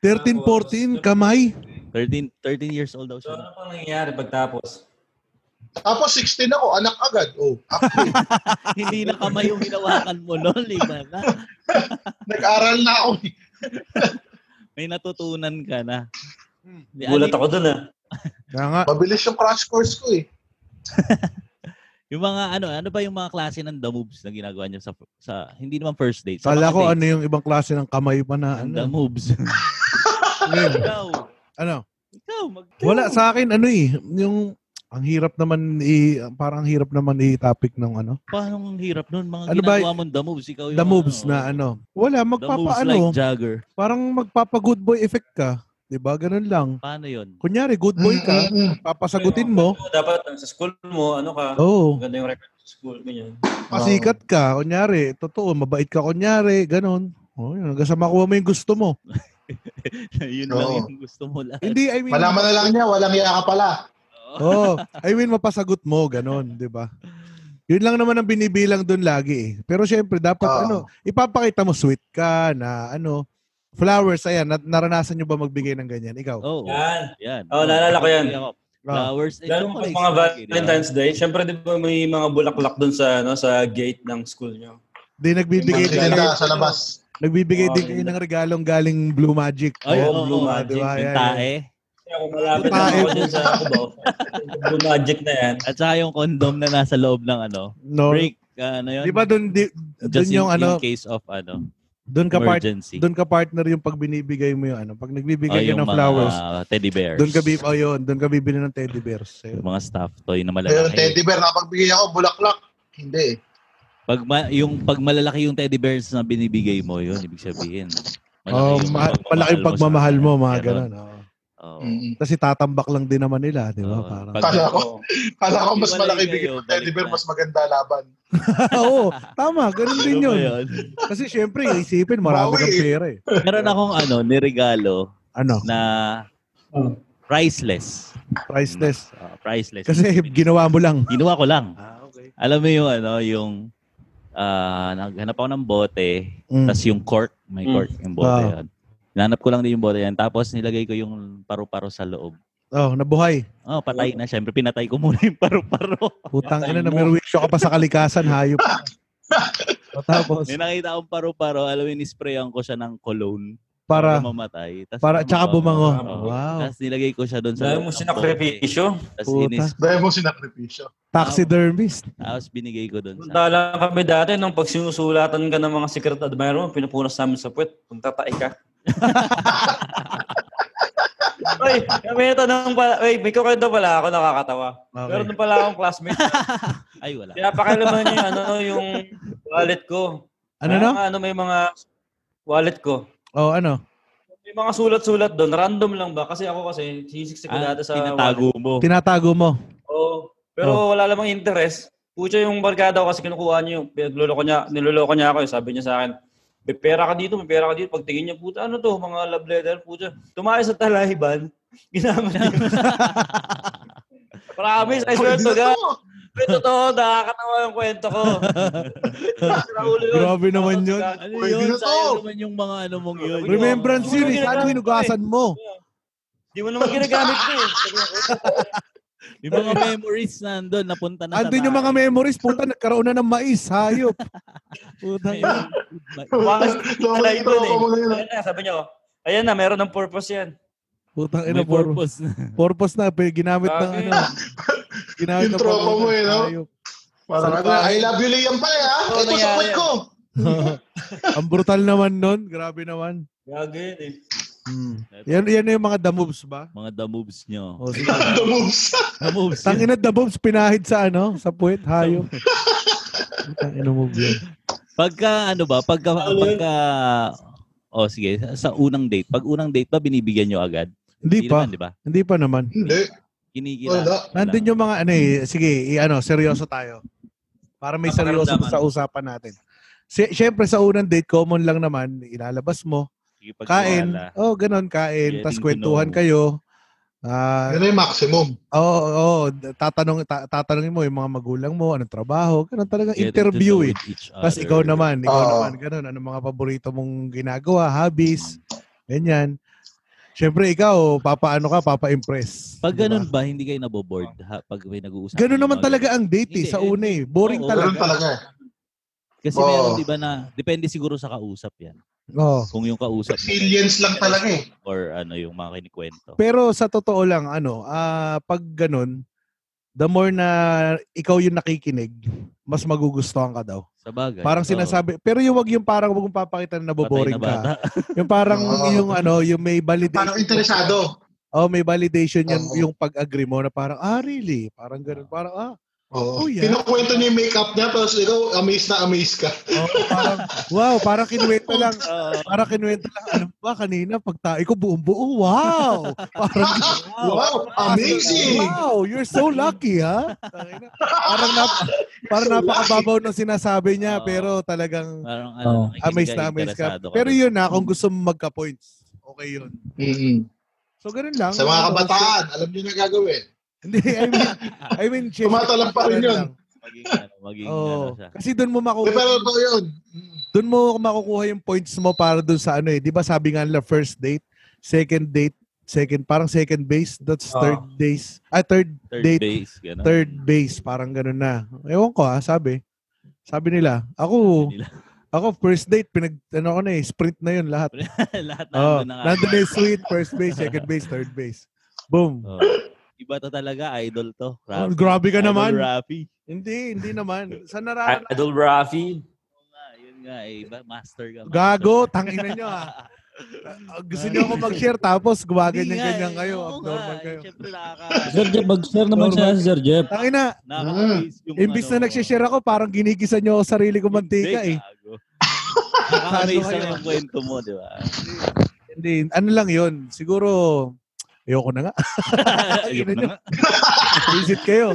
S2: 13, 14, kamay.
S3: 13, 13 years old daw
S1: (laughs)
S3: siya.
S5: ano
S3: (laughs)
S5: pang nangyayari pagtapos?
S4: Tapos 16 ako, anak agad. Oh,
S3: Hindi na kamay yung hinawakan mo noon, iba na.
S4: nag-aral na ako. eh.
S3: May natutunan ka na. Di-
S5: Gulat
S3: ano
S5: ako dun ah.
S2: Kaya nga.
S4: Mabilis yung crash course ko eh.
S3: yung- Yung mga ano, ano ba yung mga klase ng the moves na ginagawa niyo sa sa hindi naman first date. Sa
S2: Kala
S3: mga
S2: ko
S3: dates,
S2: ano yung ibang klase ng kamay pa na.
S3: ang the
S2: Ano? (laughs)
S3: moves.
S2: Yun.
S3: ikaw,
S2: ano?
S3: ikaw mag
S2: Wala sa akin ano eh, yung ang hirap naman i parang ang hirap naman i-topic ng ano,
S3: paano ang hirap noon mga
S2: Ano ba-
S3: ginagawa mong the moves ikaw yung
S2: the moves
S3: ano,
S2: na ano. Wala
S3: the moves like
S2: magpapaano,
S3: Jagger.
S2: parang magpapa good boy effect ka, 'di ba? Ganun lang.
S3: Paano yun? (laughs)
S2: Kunyari good boy ka,
S4: Mm, mm,
S3: Mm-hmm.
S4: mm.
S2: papasagutin mo. Oh.
S5: Dapat ang sa school mo, ano ka,
S2: Oo,
S5: maganda yung record sa school, ganyan.
S2: pasikat ka, kunyari, totoo, mabait ka kunyari, ganun. Oh, yun, hanggang sa makuha mo yung gusto mo.
S3: yun lang
S4: Oo.
S3: yung gusto mo
S2: (laughs)
S3: lang.
S2: Hindi, I mean,
S4: Malaman na lang niya, walang iya ka pala.
S2: Oh, I mean mapasagot mo ganun, 'di ba? 'Yun lang naman ang binibilang doon lagi eh. Pero syempre dapat
S4: Oo.
S2: ano, ipapakita mo sweet ka na ano, flowers ayan, na- naranasan niyo ba magbigay ng ganyan? Ikaw.
S3: Oh,
S5: Yan.
S3: yan.
S5: Oo, naalala ko yan.
S3: Ako.
S2: Ah,
S3: Flowers. and
S5: Lalo pa
S3: chocolates
S5: mga
S3: lagi, di ba?
S5: Valentine's Day, syempre di ba may mga bulaklak dun sa ano sa gate ng school nyo.
S2: Di nagbibigay din kayo,
S4: Maganda sa labas.
S2: nagbibigay din
S5: Oo,
S2: kayo
S5: ganda.
S2: ng regalong galing Blue Magic.
S3: Ay,
S5: Oo,
S3: oo,
S5: Blue
S3: oo,
S5: Magic,
S2: diba?
S3: yung
S2: Yan,
S3: tae.
S5: Kaya kung malapit na
S2: Tayo.
S5: ako dun sa Cubao, yung magic na yan.
S3: At saka yung condom na nasa loob ng ano.
S2: No.
S3: Break. ah, ano yun?
S2: 'Di ba doon di, doon
S3: Just
S2: yung ano,
S3: case of ano.
S2: Doon ka part
S3: Emergency.
S2: doon ka partner yung pag binibigay mo yung ano, pag
S3: Oh,
S2: nagbibigay ka
S3: yung
S2: ng
S3: mga
S2: flowers,
S3: teddy bears.
S2: doon ka bi oh yun, doon ka bibili ng teddy bears. Ayun.
S3: Yung mga staff toy na
S4: Pero
S3: malalaki.
S4: teddy bear, nakapagbigay ako, bulaklak. Hindi eh.
S3: Pag ma- yung pag malalaki yung teddy bears na binibigay mo, yun ibig sabihin.
S2: Oh,
S3: yung
S2: ma-
S3: pagmamahal
S2: malaking
S3: mo sa-
S2: pagmamahal mo, mga
S3: Meron.
S2: ganun. Oh.
S3: Oo.
S4: Mm.
S2: Tapos itatambak lang din naman nila, di ba?
S3: Oo.
S2: Parang, (laughs)
S3: Pag-
S4: Kala ko, mm. kala ko mas
S3: Iwalay
S4: malaki
S3: kayo,
S4: bigay ng
S3: balik
S4: teddy bear,
S3: na.
S4: mas maganda laban.
S2: ah, Oo, tama, ganun din
S3: Ano ba
S2: yun. Kasi syempre, isipin, marami
S4: Bawi.
S2: kang pera eh.
S3: Meron akong ano, niregalo
S2: Ano,
S3: na
S4: Oh.
S3: priceless.
S2: priceless.
S3: Ah, priceless.
S2: Kasi ginawa mo lang.
S3: ginawa ko lang.
S2: Ah, okay.
S3: Alam mo yung ano, yung ah, naghanap ako ng bote,
S2: Mm.
S3: tas yung cork, may
S5: Mm.
S3: cork yung bote
S2: Wow.
S3: yun. Nanap ko lang din yung bote yan, tapos nilagay ko yung paru-paro sa loob.
S2: Oh, nabuhay.
S3: Oh, patay na. Siyempre, pinatay ko muna yung paru-paro.
S2: (laughs) Putang ina
S5: Patay
S2: na
S5: mo.
S2: may wisyo ka pa sa kalikasan,
S3: (laughs)
S2: hayop. O tapos,
S3: May nakita akong paru-paro, alam mo, in-sprayan ko siya ng cologne para,
S2: para,
S3: mamatay. Tas
S2: para, tsaka bumango.
S5: Oo.
S2: Wow.
S3: Tapos nilagay ko siya doon sa
S5: Dahil
S3: ng
S5: mo
S3: bote.
S5: sinakripisyo.
S3: Tas
S2: Puta.
S3: inis,
S4: Dahil mo sinakripisyo.
S2: Taxidermist.
S3: tapos binigay ko doon sa...
S5: Dala kami dati nung pag sinusulatan ka ng mga secret admirer mo, pinupunas namin sa puwet. Magtatay ka. Uy, may tanong pala. Uy, may kukwento pala ako nakakatawa.
S2: Okay.
S5: Pero nung pala akong classmate,
S3: Ay, wala.
S5: pinapakilaman niya yung, ano, yung wallet ko.
S2: Ano
S5: Kaya
S2: no?
S5: nga, Ano, may mga wallet ko.
S2: Oh, ano?
S5: May mga sulat-sulat doon. Random lang ba? Kasi ako kasi, sinisiksik ko
S3: Ah,
S5: dati sa
S3: tinatago mo.
S2: Tinatago mo.
S5: Oo. Pero wala lamang interest. Pucha yung barkada ko kasi kinukuha niya yung pinagluloko niya, niloloko niya ako. eh. Sabi niya sa akin, may pera ka dito, may pera ka dito. Pagtingin niya, puta, ano to, mga love letter, puta. Tumayo sa talahiban, (laughs) ginamit niya. Promise, I swear to God. Pero totoo, nakakatawa yung kwento
S2: (laughs)
S5: ko. Sinahuli yun.
S2: Grabe naman yun.
S3: Ano
S4: Pwede
S3: yun?
S4: na to.
S3: Sayang naman yung mga ano mong yun.
S2: Remembrance yun eh. Sana hinugasan mo.
S5: Di mo naman ginagamit ko eh. Sabi niya,
S3: Yung mga memories na andun, napunta na
S2: Andun yung mga memories. Puta, nagkaroon na ng mais. Hayop. Puta. yun.
S4: (laughs)
S5: Bumakas
S4: Laway
S5: Alay
S4: tropa
S5: doon eh.
S4: mo na yun.
S5: Ayan na, sabi niyo, ayan na, meron ng purpose yan.
S2: Putang ina
S3: May
S2: purpose.
S3: purpose na.
S2: Purpose na pe, ginamit ng
S5: Grabe.
S2: ano. Ginamit
S4: Yung
S2: ng
S4: tropa
S2: purpose.
S4: mo eh, no?
S2: Ayop.
S4: Parang ano, I love you, Liam pa eh, ha?
S5: Oo,
S4: Ito sa
S5: nangyari
S4: kwet
S5: yan.
S4: ko.
S2: (laughs)
S4: (laughs)
S2: Ang brutal naman nun. Grabe naman.
S5: Gagawin eh.
S4: Hmm.
S2: Yan, yan yung mga the moves ba?
S3: Mga the moves nyo.
S2: O, (laughs) sige.
S4: The moves.
S3: (laughs) The moves yun.
S2: Tangina the moves pinahid sa ano? Sa puwet.
S4: (laughs)
S2: Hayop. Tangina move yun.
S3: Pagka ano ba, pagka,
S5: Ano yun?
S3: pagka, oh sige, sa- sa unang date. Pag unang date ba, binibigyan nyo agad?
S2: Hindi pa.
S3: naman, di ba?
S2: Hindi pa naman.
S4: Hindi.
S3: Kinikila.
S4: Wala.
S2: Nandun yung mga ano eh, sige, i- ano, seryoso tayo. Para may seryoso
S5: Napakaramdaman.
S2: sa usapan natin. Si, Siyempre sa unang date, common lang naman, ilalabas mo, kain, oh ganun, kain,
S3: Getting
S2: tas
S3: to
S2: kwentuhan
S3: know.
S2: kayo. Ah,
S4: Yun ay maximum.
S2: oo, oo, tatanong, ta- tatanungin mo yung mga magulang mo, anong trabaho, ganun talaga, interview eh. Tapos ikaw naman, ikaw
S4: Oo.
S2: naman, ganun, anong mga paborito mong ginagawa, hobbies,
S3: Mm.
S2: ganyan. Siyempre ikaw, papaano ka, papa-impress.
S3: Pag
S2: di ba?
S3: ganun ba, hindi kayo naboboard ha, pag may nag-uusap?
S2: Ganun naman talaga ang date eh,
S3: Ano Hindi,
S2: sa
S3: eh,
S2: una eh. Boring
S3: oo,
S4: Ganun
S2: talaga.
S4: talaga eh.
S3: Kasi
S4: Oo.
S2: Oh.
S3: meron, di ba na, depende siguro sa kausap yan.
S2: Oo.
S3: Kung yung kausap mo,
S4: Resilience lang talaga eh.
S3: or ano yung mga kinikwento.
S2: Pero sa totoo lang, ano, ah pag ganun, the more na ikaw yung nakikinig, mas magugustuhan ka daw.
S3: Sa bagay.
S2: Parang
S3: Oo.
S2: sinasabi, pero yung wag yung parang wag mong papakita na
S3: Patay
S2: naboboring
S3: na
S2: ka.
S3: bata.
S2: Yung parang
S4: (laughs) Oo.
S2: yung ano, yung may
S4: Parang
S2: validation.
S4: interesado.
S2: Oh, may validation yan,
S4: Oo.
S2: yung pag-agree mo na parang, ah, really? Parang ganun. Parang,
S4: (laughs)
S2: ah, Oh,
S4: Oo.
S2: yeah.
S4: Kinukwento niya yung makeup niya, tapos ikaw, amazed na amazed ka.
S2: oh, parang, wow, parang kinuwento
S3: (laughs)
S2: lang. Parang kinuwento lang, ano ba, kanina, pagtae ko buong-buo, wow! (laughs) Parang,
S4: Wow, amazing!
S2: Wow, you're so lucky, ha? parang nap parang napakababaw ng sinasabi niya,
S3: Oo.
S2: pero talagang (laughs)
S3: Parang
S5: Oo.
S3: ano, nakikinig
S2: amazed Oh, na amazed ka.
S3: interesado
S2: Pero
S3: rin.
S2: yun na, kung gusto mo magka-points, okay yun.
S4: Mm-mm.
S2: So, ganun lang.
S4: Sa mga kabataan, alam niyo na gagawin.
S2: (laughs) Hindi, I mean, I
S4: (laughs)
S2: mean, chill.
S4: Tumatalang pa rin yun.
S3: Maging ano, maging ano
S2: Oh,
S3: siya.
S2: kasi doon mo
S4: Eh,
S2: makukuha,
S4: pero totoo yun. Mm.
S2: doon mo makukuha yung points mo para doon sa ano eh. 'Di ba sabi nga nila first date, second date, second parang second base, that's
S5: Oo.
S2: third days. Ah, third
S3: Third
S2: date.
S3: base, gano'n.
S2: third base, parang ganun na. Ewan ko ah, sabi. Sabi nila, ako,
S3: Nila. (laughs)
S2: ako first date, pinag, ano ko na eh, sprint na yun lahat.
S3: (laughs) Lahat na
S2: Oh,
S3: ano na.
S2: nandun na yung sweet, first base, second base, third base. Boom.
S3: Oh. Iba to talaga, idol to.
S2: Oh,
S3: Rafi.
S2: grabe ka
S3: Idol
S2: naman.
S3: Rafi.
S2: Hindi, hindi naman. Sa nararanasan,
S5: Idol Rafi.
S3: Oo nga, yun nga eh. Ba- Master ka. master.
S2: Gago, tangina nyo ah.
S3: (laughs)
S2: Ah, Gusto nyo ako mag-share tapos
S3: Hindi nga
S2: gumaganyan-ganyan
S3: eh.
S2: kayo.
S3: Oo
S2: Abnormal
S3: nga eh.
S2: kayo.
S3: Siyempre nakaka...
S6: Sir Jeff, mag-share naman siya, Sir Jeff.
S2: Tangina,
S3: nakaka-amaze yung
S2: imbis
S3: ano,
S2: na nagsishare ako, parang ginigisa nyo ako sarili ko mantika
S3: Hindi,
S2: eh.
S3: gago. Nakaka-amaze
S2: Saan
S3: lang
S2: kayo?
S3: yung kwento mo, di
S2: (laughs)
S3: ba?
S2: Hindi, ano lang yun. Siguro, ayoko na nga.
S3: Ayun
S2: Ayun
S3: na
S2: na.
S3: nga.
S2: Visit kayo.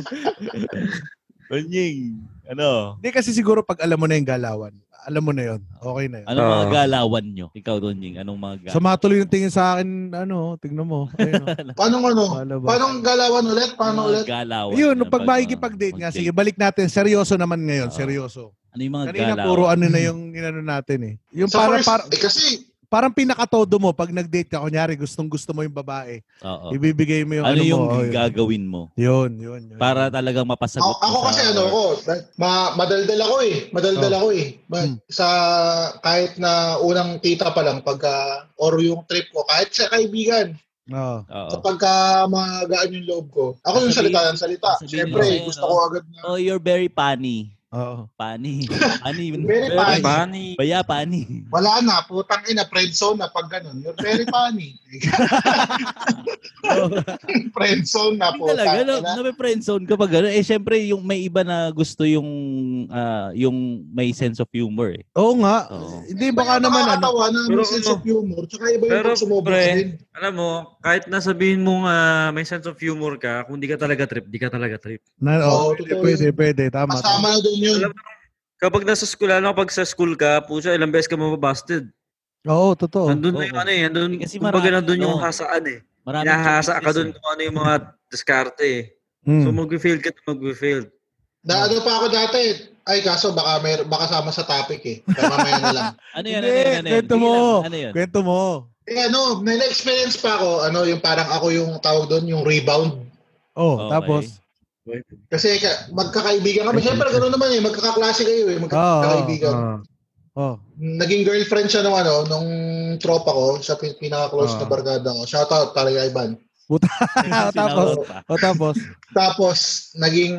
S3: Anying. Ano?
S2: Hindi kasi siguro pag alam mo na yung galawan, alam mo na yun. Okay na yun.
S3: Anong mga
S1: Ah.
S3: galawan nyo? Ikaw, Donying, anong mga
S2: So
S3: galawan?
S2: matuloy yung tingin sa akin, ano, tignan mo.
S3: (laughs)
S2: Ayun, oh.
S4: Paano ano?
S2: Wala ba?
S4: Paano galawan ulit? Paano
S3: Anong mga
S4: ulit?
S3: galawan?
S2: Yun,
S3: na
S2: nung pag
S3: pag-
S2: makikipag-date nga,
S3: mag-date?
S2: sige, balik natin. Seryoso naman ngayon,
S3: Oo.
S2: seryoso.
S3: Ano yung mga
S2: Kanina
S3: galawan?
S2: puro ano na yung inano natin eh. Yung
S4: Sa
S2: parang,
S4: first,
S2: parang,
S4: eh, kasi
S2: parang pinakatodo mo pag nag-date ka, kunyari gustong gusto mo yung babae,
S3: Oo.
S2: ibibigay mo yung
S3: Ano
S2: ano,
S3: yung
S2: mo. oh, yun.
S3: gagawin mo?
S2: yun, yun, yun.
S3: Para talagang mapasagot.
S4: Ako, ako
S3: mo sa-
S4: kasi ano ako, ma, madaldal ako eh. Madaldal
S2: Oh.
S4: ako eh. Ma-
S2: Hmm.
S4: Sa kahit na unang kita pa lang pagka or yung trip ko kahit sa kaibigan,
S2: Oo.
S3: Oo.
S4: sa pagka magaan yung loob ko. Ako yung
S3: Sabihin-
S4: salita ng salita.
S3: sabihin
S4: Siyempre,
S3: mo,
S4: gusto
S3: ano?
S4: ko agad na
S3: Oh, you're very funny.
S2: Oo.
S3: Pani.
S4: (laughs)
S3: Pani.
S4: Very funny.
S1: Funny.
S3: Baya, pani.
S4: wala na, putang ina, friend zone na pag ganun. You're very
S3: (laughs)
S4: funny. friend zone na,
S3: Hindi
S4: putang
S3: talaga,
S4: ina.
S3: na, nape-friendzone ka pag gano'n. Eh, syempre, yung may iba na gusto yung, ah, yung may sense of humor eh.
S2: Oo nga.
S3: Oo.
S2: Hindi, baka naman ano.
S4: Nakakatawa na may
S5: Pero
S4: sense
S5: ano?
S4: of humor. Tsaka iba yung
S5: Pero,
S4: pag sumubok
S5: pre,
S4: din.
S5: Alam mo, kahit nasabihin mong ah, may sense of humor ka, kung di ka talaga trip, di ka talaga trip.
S2: Na,
S4: Oo,
S2: oh, pwede,
S4: totoo
S2: pwede,
S4: yun.
S2: pwede, Tama. tama.
S4: Masama na doon yun.
S5: Alam mo, kapag nasa school, ano, pag sa school ka, puso, ilang beses ka mababasted.
S2: Oo, totoo.
S5: Nandun
S3: oo.
S5: na yung ano eh, nandun,
S3: Oh, Kasi
S5: kumbaga
S3: marami, ano.
S5: nandun yung
S3: no.
S5: hasaan eh.
S3: Maraming
S5: Nahahasa ka
S3: choices,
S5: dun
S3: eh.
S5: kung ano yung mga diskarte eh.
S2: Mm.
S5: So mag-fail ka, mag-fail.
S4: Na ano pa ako dati, ay kaso baka may baka sama sa topic eh. Kaya mamaya na
S5: (laughs)
S4: lang.
S3: Ano yun?
S2: Hindi,
S3: ano yun? Ano yun?
S2: kwento
S3: Sige
S2: mo.
S3: lang, Ano yun?
S2: Kwento mo.
S4: Eh ano, may na-experience pa ako, ano yung parang ako yung tawag doon, yung rebound.
S2: Oh,
S3: Okay.
S2: tapos.
S4: Kasi ka, magkakaibigan kami. Siyempre, gano'n naman eh. Magkakaklase kayo
S2: Oo.
S4: eh.
S2: Oh,
S4: Magkakaibigan.
S2: oh,
S4: Naging girlfriend siya nung ano, nung tropa ko. Siya pin- pinaka-close
S2: Ah.
S4: na barkada ko. Shout out talaga, Ivan.
S2: (laughs) Ah, (laughs) tapos.
S3: Sinawag pa.
S2: Oh, tapos.
S4: Tapos, naging,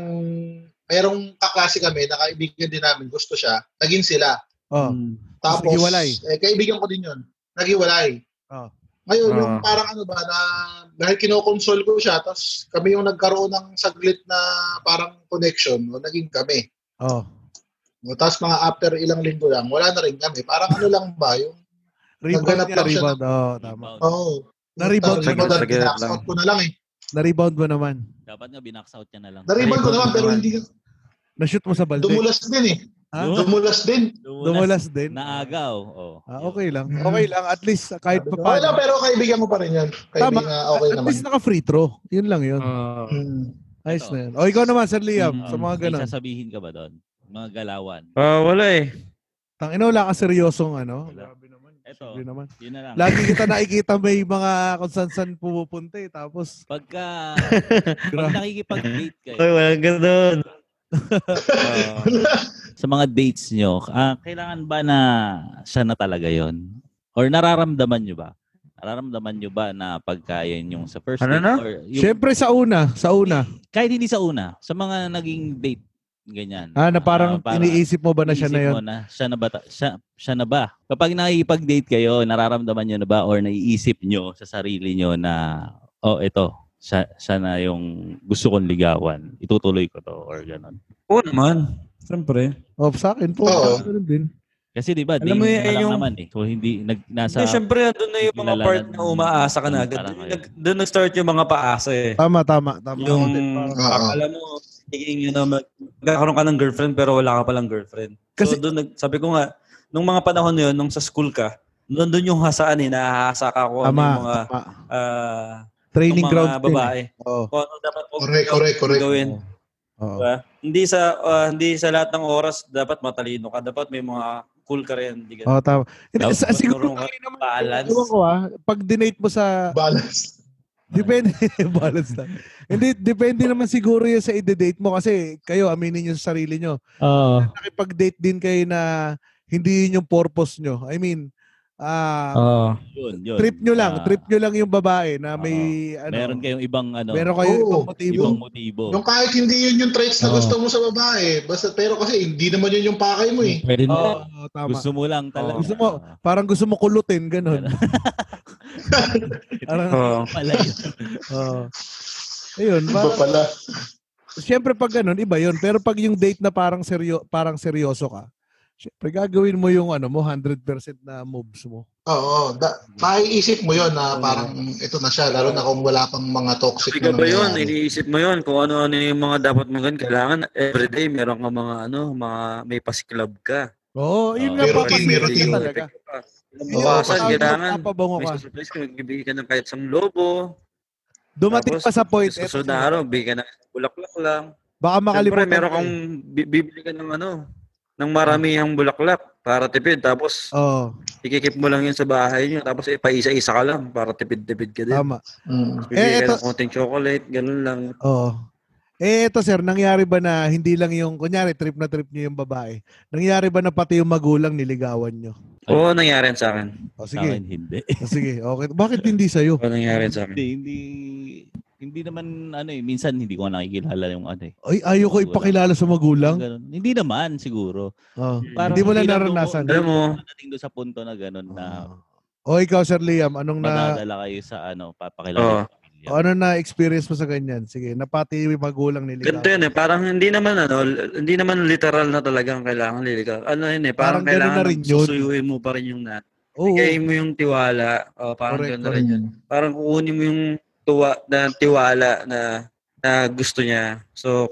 S4: merong kaklase kami, nakaibigan din namin, gusto siya. Naging sila.
S2: Oh.
S4: Tapos,
S2: naghiwalay.
S4: eh, kaibigan ko din yun. Naghiwalay.
S2: Ah.
S4: Ngayon, yung
S1: Ah.
S4: parang ano ba, na dahil kinokonsol ko siya, tapos kami yung nagkaroon ng saglit na parang connection, no? naging kami.
S2: Oh.
S4: No? Tapos mga after ilang linggo lang, wala na rin kami. Parang ano lang ba, yung,
S2: Rebound
S4: Nagganap
S2: niya,
S4: lang siya.
S2: rebound. Oh, tama.
S4: oh,
S2: Na-rebound
S4: Tapos,
S2: mo
S4: rebound,
S2: naman.
S1: Saglit
S4: relax
S1: lang.
S4: out ko na lang eh.
S2: Na-rebound mo naman.
S3: Dapat nga, binax out niya na lang.
S4: Na-rebound ko
S1: Rebound
S4: naman, pero
S1: naman.
S4: hindi,
S2: Na-shoot mo sa balde.
S4: dumulas din eh.
S2: Ha?
S3: Dum-
S4: Dumulas din.
S2: Dumulas din.
S3: Naagaw. Oh.
S2: Ah, okay lang. Okay lang. At least kahit pa
S4: Hmm. Okay lang,
S2: paano.
S4: pero kaibigan mo pa rin yan. Kaibigan, ah, okay
S2: At
S4: naman.
S2: least naka-free throw. Yun lang yun.
S4: Hmm.
S2: Ayos na yun. O, ikaw naman, Sir Liam,
S3: Mm,
S2: sa mga
S3: may
S2: ganun.
S3: sasabihin ka ba doon? Mga galawan.
S5: Ah, wala eh.
S2: Tangina, wala ka seryosong ano.
S3: Wala.
S2: Grabe naman.
S3: Eto,
S2: Grabe naman.
S3: yun na lang.
S2: Lagi kita nakikita may mga kung saan-saan pumupunta eh. Tapos, (laughs)
S3: Pagka, pag
S2: grabe.
S3: nakikipag-date kayo,
S5: Ay, walang
S3: (laughs)
S5: ganun. Ah.
S3: sa mga dates nyo, ah, kailangan ba na siya na talaga yon Or nararamdaman nyo ba? Nararamdaman nyo ba na pagka yan yung sa first
S5: Ano
S3: date?
S5: na?
S3: Or yung,
S2: Siyempre sa una, sa una.
S3: kahit hindi sa una, sa mga naging date, ganyan.
S2: Ah, na parang
S3: Ah, para-
S2: iniisip mo ba na siya
S3: Iisip
S2: na yun?
S3: mo Na, siya na ba? ta- Siya, siya na ba? Kapag nakikipag-date kayo, nararamdaman nyo na ba or naiisip nyo sa sarili nyo na, oh, ito, siya, siya na yung gusto kong ligawan. Itutuloy ko to or ganun.
S5: Oo naman. Siyempre.
S2: Oh, sa akin po.
S4: Oo.
S2: Ganun din.
S3: Kasi di ba,
S5: Alam
S3: dating
S5: mo,
S3: na
S5: eh,
S3: lang
S5: yung-
S3: naman eh. So, hindi, nag, nasa,
S5: Hindi, syempre, doon na yung mga
S3: Kilala
S5: part
S3: na-
S5: na umaasa ka na
S3: Mm,
S5: agad.
S3: parang
S5: Doon
S3: kayo.
S5: nag- Doon nag-start yung mga paasa eh.
S2: Tama, tama, tama.
S5: Yung
S4: Oo.
S2: ah.
S5: akala mo, higing, you know, mag- magkakaroon ka ng girlfriend pero wala ka palang girlfriend.
S2: Kasi-
S5: so doon, nag- sabi ko nga, nung mga panahon na yun, nung sa school ka, nandun yung hasaan eh, nahahasa ka kung ano
S2: Tama,
S5: yung mga,
S2: tama.
S5: ah,
S2: Training
S5: yung
S2: ground
S5: mga
S2: din. eh.
S5: babae.
S2: Oo.
S5: Kung ano dapat huwag
S4: Correct, correct, correct.
S5: gawin.
S2: Oo.
S5: Diba? Hindi sa ah, hindi sa lahat ng oras dapat matalino ka. Dapat may mga cool ka rin. Hindi ka.
S2: Oo, tama. Hindi,
S3: Dapat
S2: sa- siguro
S5: magkaroon ka
S2: tayo naman.
S5: balance.
S2: Ewan ko ah, pag dinate mo sa...
S4: Balance.
S2: Depende. (laughs) balance lang. Hindi, depende naman siguro yun sa i-date mo kasi kayo, aminin nyo sa sarili nyo.
S6: Oo.
S2: Nakipag-date din kayo na hindi yun yung purpose nyo. I mean, ah,
S1: Oo.
S3: Yun, yun.
S2: trip nyo lang,
S3: Ah,
S2: trip nyo lang yung babae na may ano,
S3: Meron kayong ibang ano,
S2: meron kayo
S4: Oo,
S2: ibang motibo.
S3: ibang motibo.
S4: Yung kahit hindi yun yung traits na
S1: Oo.
S4: gusto mo sa babae. Basta, pero kasi hindi naman yun yung pakay mo eh.
S1: Pwede na.
S7: Oo.
S2: Oo, tama.
S3: Gusto mo lang talaga.
S2: Gusto mo, parang gusto mo kulutin, ganun. (laughs) parang,
S5: Oo.
S3: Pala
S2: (laughs)
S3: yun.
S2: oo. Ayun,
S4: Iba
S2: parang,
S4: pala.
S2: siyempre pag ganun, iba yun. Pero pag yung date na parang, seryo, parang seryoso ka, siyempre gagawin mo yung ano mo, 100% na moves mo.
S4: Oo. Da, maiisip mo yun na parang ito na siya. Lalo na kung wala pang mga toxic
S5: Ikaw ba yun?
S4: nangyayari.
S5: Iniisip mo yun kung ano-ano yung mga dapat mo ganun. Kailangan everyday meron ka mga ano, mga may pasiklab ka.
S2: Oo, yun
S3: Oo.
S2: nga,
S4: May routine, may
S2: papasipin ka
S4: routine.
S2: talaga. Yun yung
S5: Bawasan,
S2: tawag na
S5: kailangan.
S2: papabango
S5: May
S2: ka.
S5: surprise ka, magbibigay ka ng kahit sa lobo.
S2: Dumating
S5: Tapos,
S2: pa sa point.
S5: Sa
S2: eto
S5: susunod
S2: sila.
S5: na araw, bigay ka ng bulaklak lang.
S2: Baka
S5: Siyempre,
S2: makalimutan. ko
S5: meron
S2: eh.
S5: kang bi- bibili ka ng ano, ng maramihang bulaklak para tipid. Tapos,
S2: Oo,
S5: ikikip mo lang yun sa bahay nyo. Tapos, ipaisa-isa ka lang para tipid-tipid ka din.
S2: tama.
S4: Mm.
S5: Bibigay
S2: Eh,
S5: ka
S2: eto-
S5: ng konting chocolate, ganun lang.
S2: Oo. Eh, eto sir, nangyari ba na hindi lang yung, kunyari, trip na trip niyo yung babae, nangyari ba na pati yung magulang niligawan nyo?
S3: Ay.
S5: Oo, nangyari yan sa akin.
S2: O
S3: Sa akin,
S2: sige,
S3: hindi.
S2: o, sige, okay. Bakit hindi sa'yo?
S5: Oo, nangyari yan sa akin.
S3: hindi, hindi, hindi naman ano eh, minsan hindi ko na nakikilala yung ano eh.
S2: Ay, ayaw ko ipakilala sa magulang.
S3: Ganun. Hindi naman siguro.
S2: Oo.
S5: Parang
S2: Hindi mo na
S3: lang
S2: naranasan. Ah.
S5: Alam mo.
S3: Dating doon sa punto na ganun na
S5: Ah.
S2: O ikaw, Sir Liam, anong na,
S3: madadala kayo sa ano,
S5: Oo.
S3: papakilala sa pamilya.
S2: o, ano na experience mo sa ganyan? Sige, napati yung magulang
S5: Ganito
S2: niligawan.
S5: yun eh. Parang hindi naman ano, l- hindi naman literal na talagang kailangan liligaw. Ano yun eh,
S2: Parang
S5: parang,
S2: ganun
S5: kailangan
S2: na rin yun.
S5: susuyuin mo pa rin yung na.
S2: Oo,
S5: Bigay mo yung tiwala. O, parang
S2: Correct,
S5: ganun na rin yun. Parang kukunin mo yung tuwa, na tiwala na na gusto niya. So,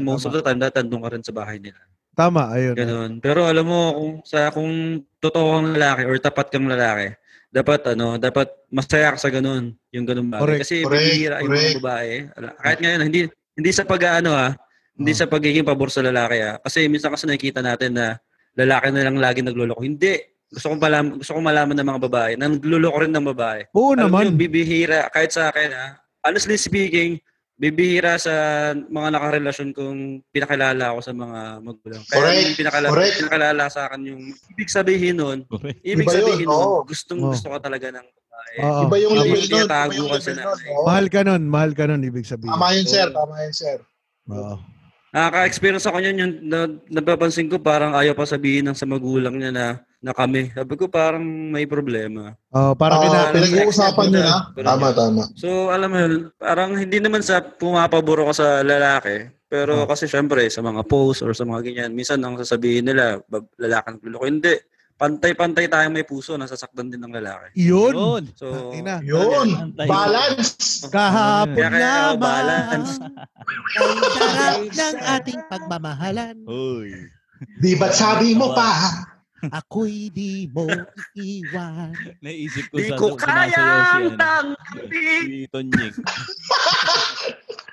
S2: Tama,
S5: most
S2: tama.
S5: of the time tatandong ka rin sa bahay nila.
S2: tama, ayun.
S5: Ganun. Pero alam mo kung sa kung totoo kang lalaki or tapat kang lalaki, dapat ano, dapat masaya ka sa ganun, yung ganun bagay.
S2: Correct.
S5: Kasi
S4: Correct,
S5: bibihira yung
S4: correct.
S5: mga babae. Ala- Kahit ngayon hindi hindi sa pag-aano ah, hindi
S2: Oh.
S5: sa pagiging pabor sa lalaki ah. Kasi minsan kasi nakikita natin na lalaki na lang lagi nagloloko. Hindi. Gusto kong malaman, gusto kong malaman ng mga babae na nagloloko rin ng babae.
S2: Oo
S5: Alam mo
S2: naman.
S5: yun, bibihira kahit sa akin ah. Honestly speaking, bibihira sa mga nakarelasyon kong pinakilala ako sa mga magulang. Kaya
S4: Correct.
S5: yung pinakilala,
S4: Correct.
S5: pinakilala sa akin yung ibig sabihin nun,
S3: Correct.
S4: Iba
S5: ibig
S4: yun,
S5: sabihin nun,
S4: oo.
S5: gustong
S2: Oo.
S5: gusto ka talaga ng babae.
S2: Oo.
S4: Iba yung
S5: Tama.
S4: level nun. Iba
S5: Tinatago
S4: yung
S5: ka
S4: level
S5: sa eh.
S4: nun.
S5: nanay.
S4: Oo.
S2: Mahal ka nun, mahal ka nun, ibig sabihin.
S4: Tama yun, sir.
S5: Oo.
S4: Tama yun, sir.
S2: Oo.
S5: Nakaka-experience ako yun, yung na, napapansin ko parang ayaw pa sabihin ng sa magulang niya na na kami. Sabi ko parang may problema.
S2: Oo, parang
S4: Ah,
S2: kina,
S4: pinag-uusapan nyo na. Tama, tama.
S5: So, alam mo, yun, parang hindi naman sa pumapabor ko sa lalaki. Pero kasi syempre, sa mga posts or sa mga ganyan, minsan ang sasabihin nila, "Bab- lalaki ng luloko. Hindi. Pantay-pantay tayo may puso, nasasaktan din ng lalaki.
S2: yun.
S3: Yun.
S5: So,
S2: Tangina.
S4: Yun.
S3: Antay.
S4: Balance.
S2: Kahapon
S5: Kaya kaya ako
S2: nga ba?
S5: balance.
S2: (laughs) Ang sarap ng ating pagmamahalan.
S3: Uy.
S4: Di ba't sabi mo pa?
S2: Ako'y di mo iiwan.
S3: Naisip ko
S5: Di
S3: sa
S5: ko kayang
S3: si, ano,
S5: tanggapin.
S3: si Tonyek.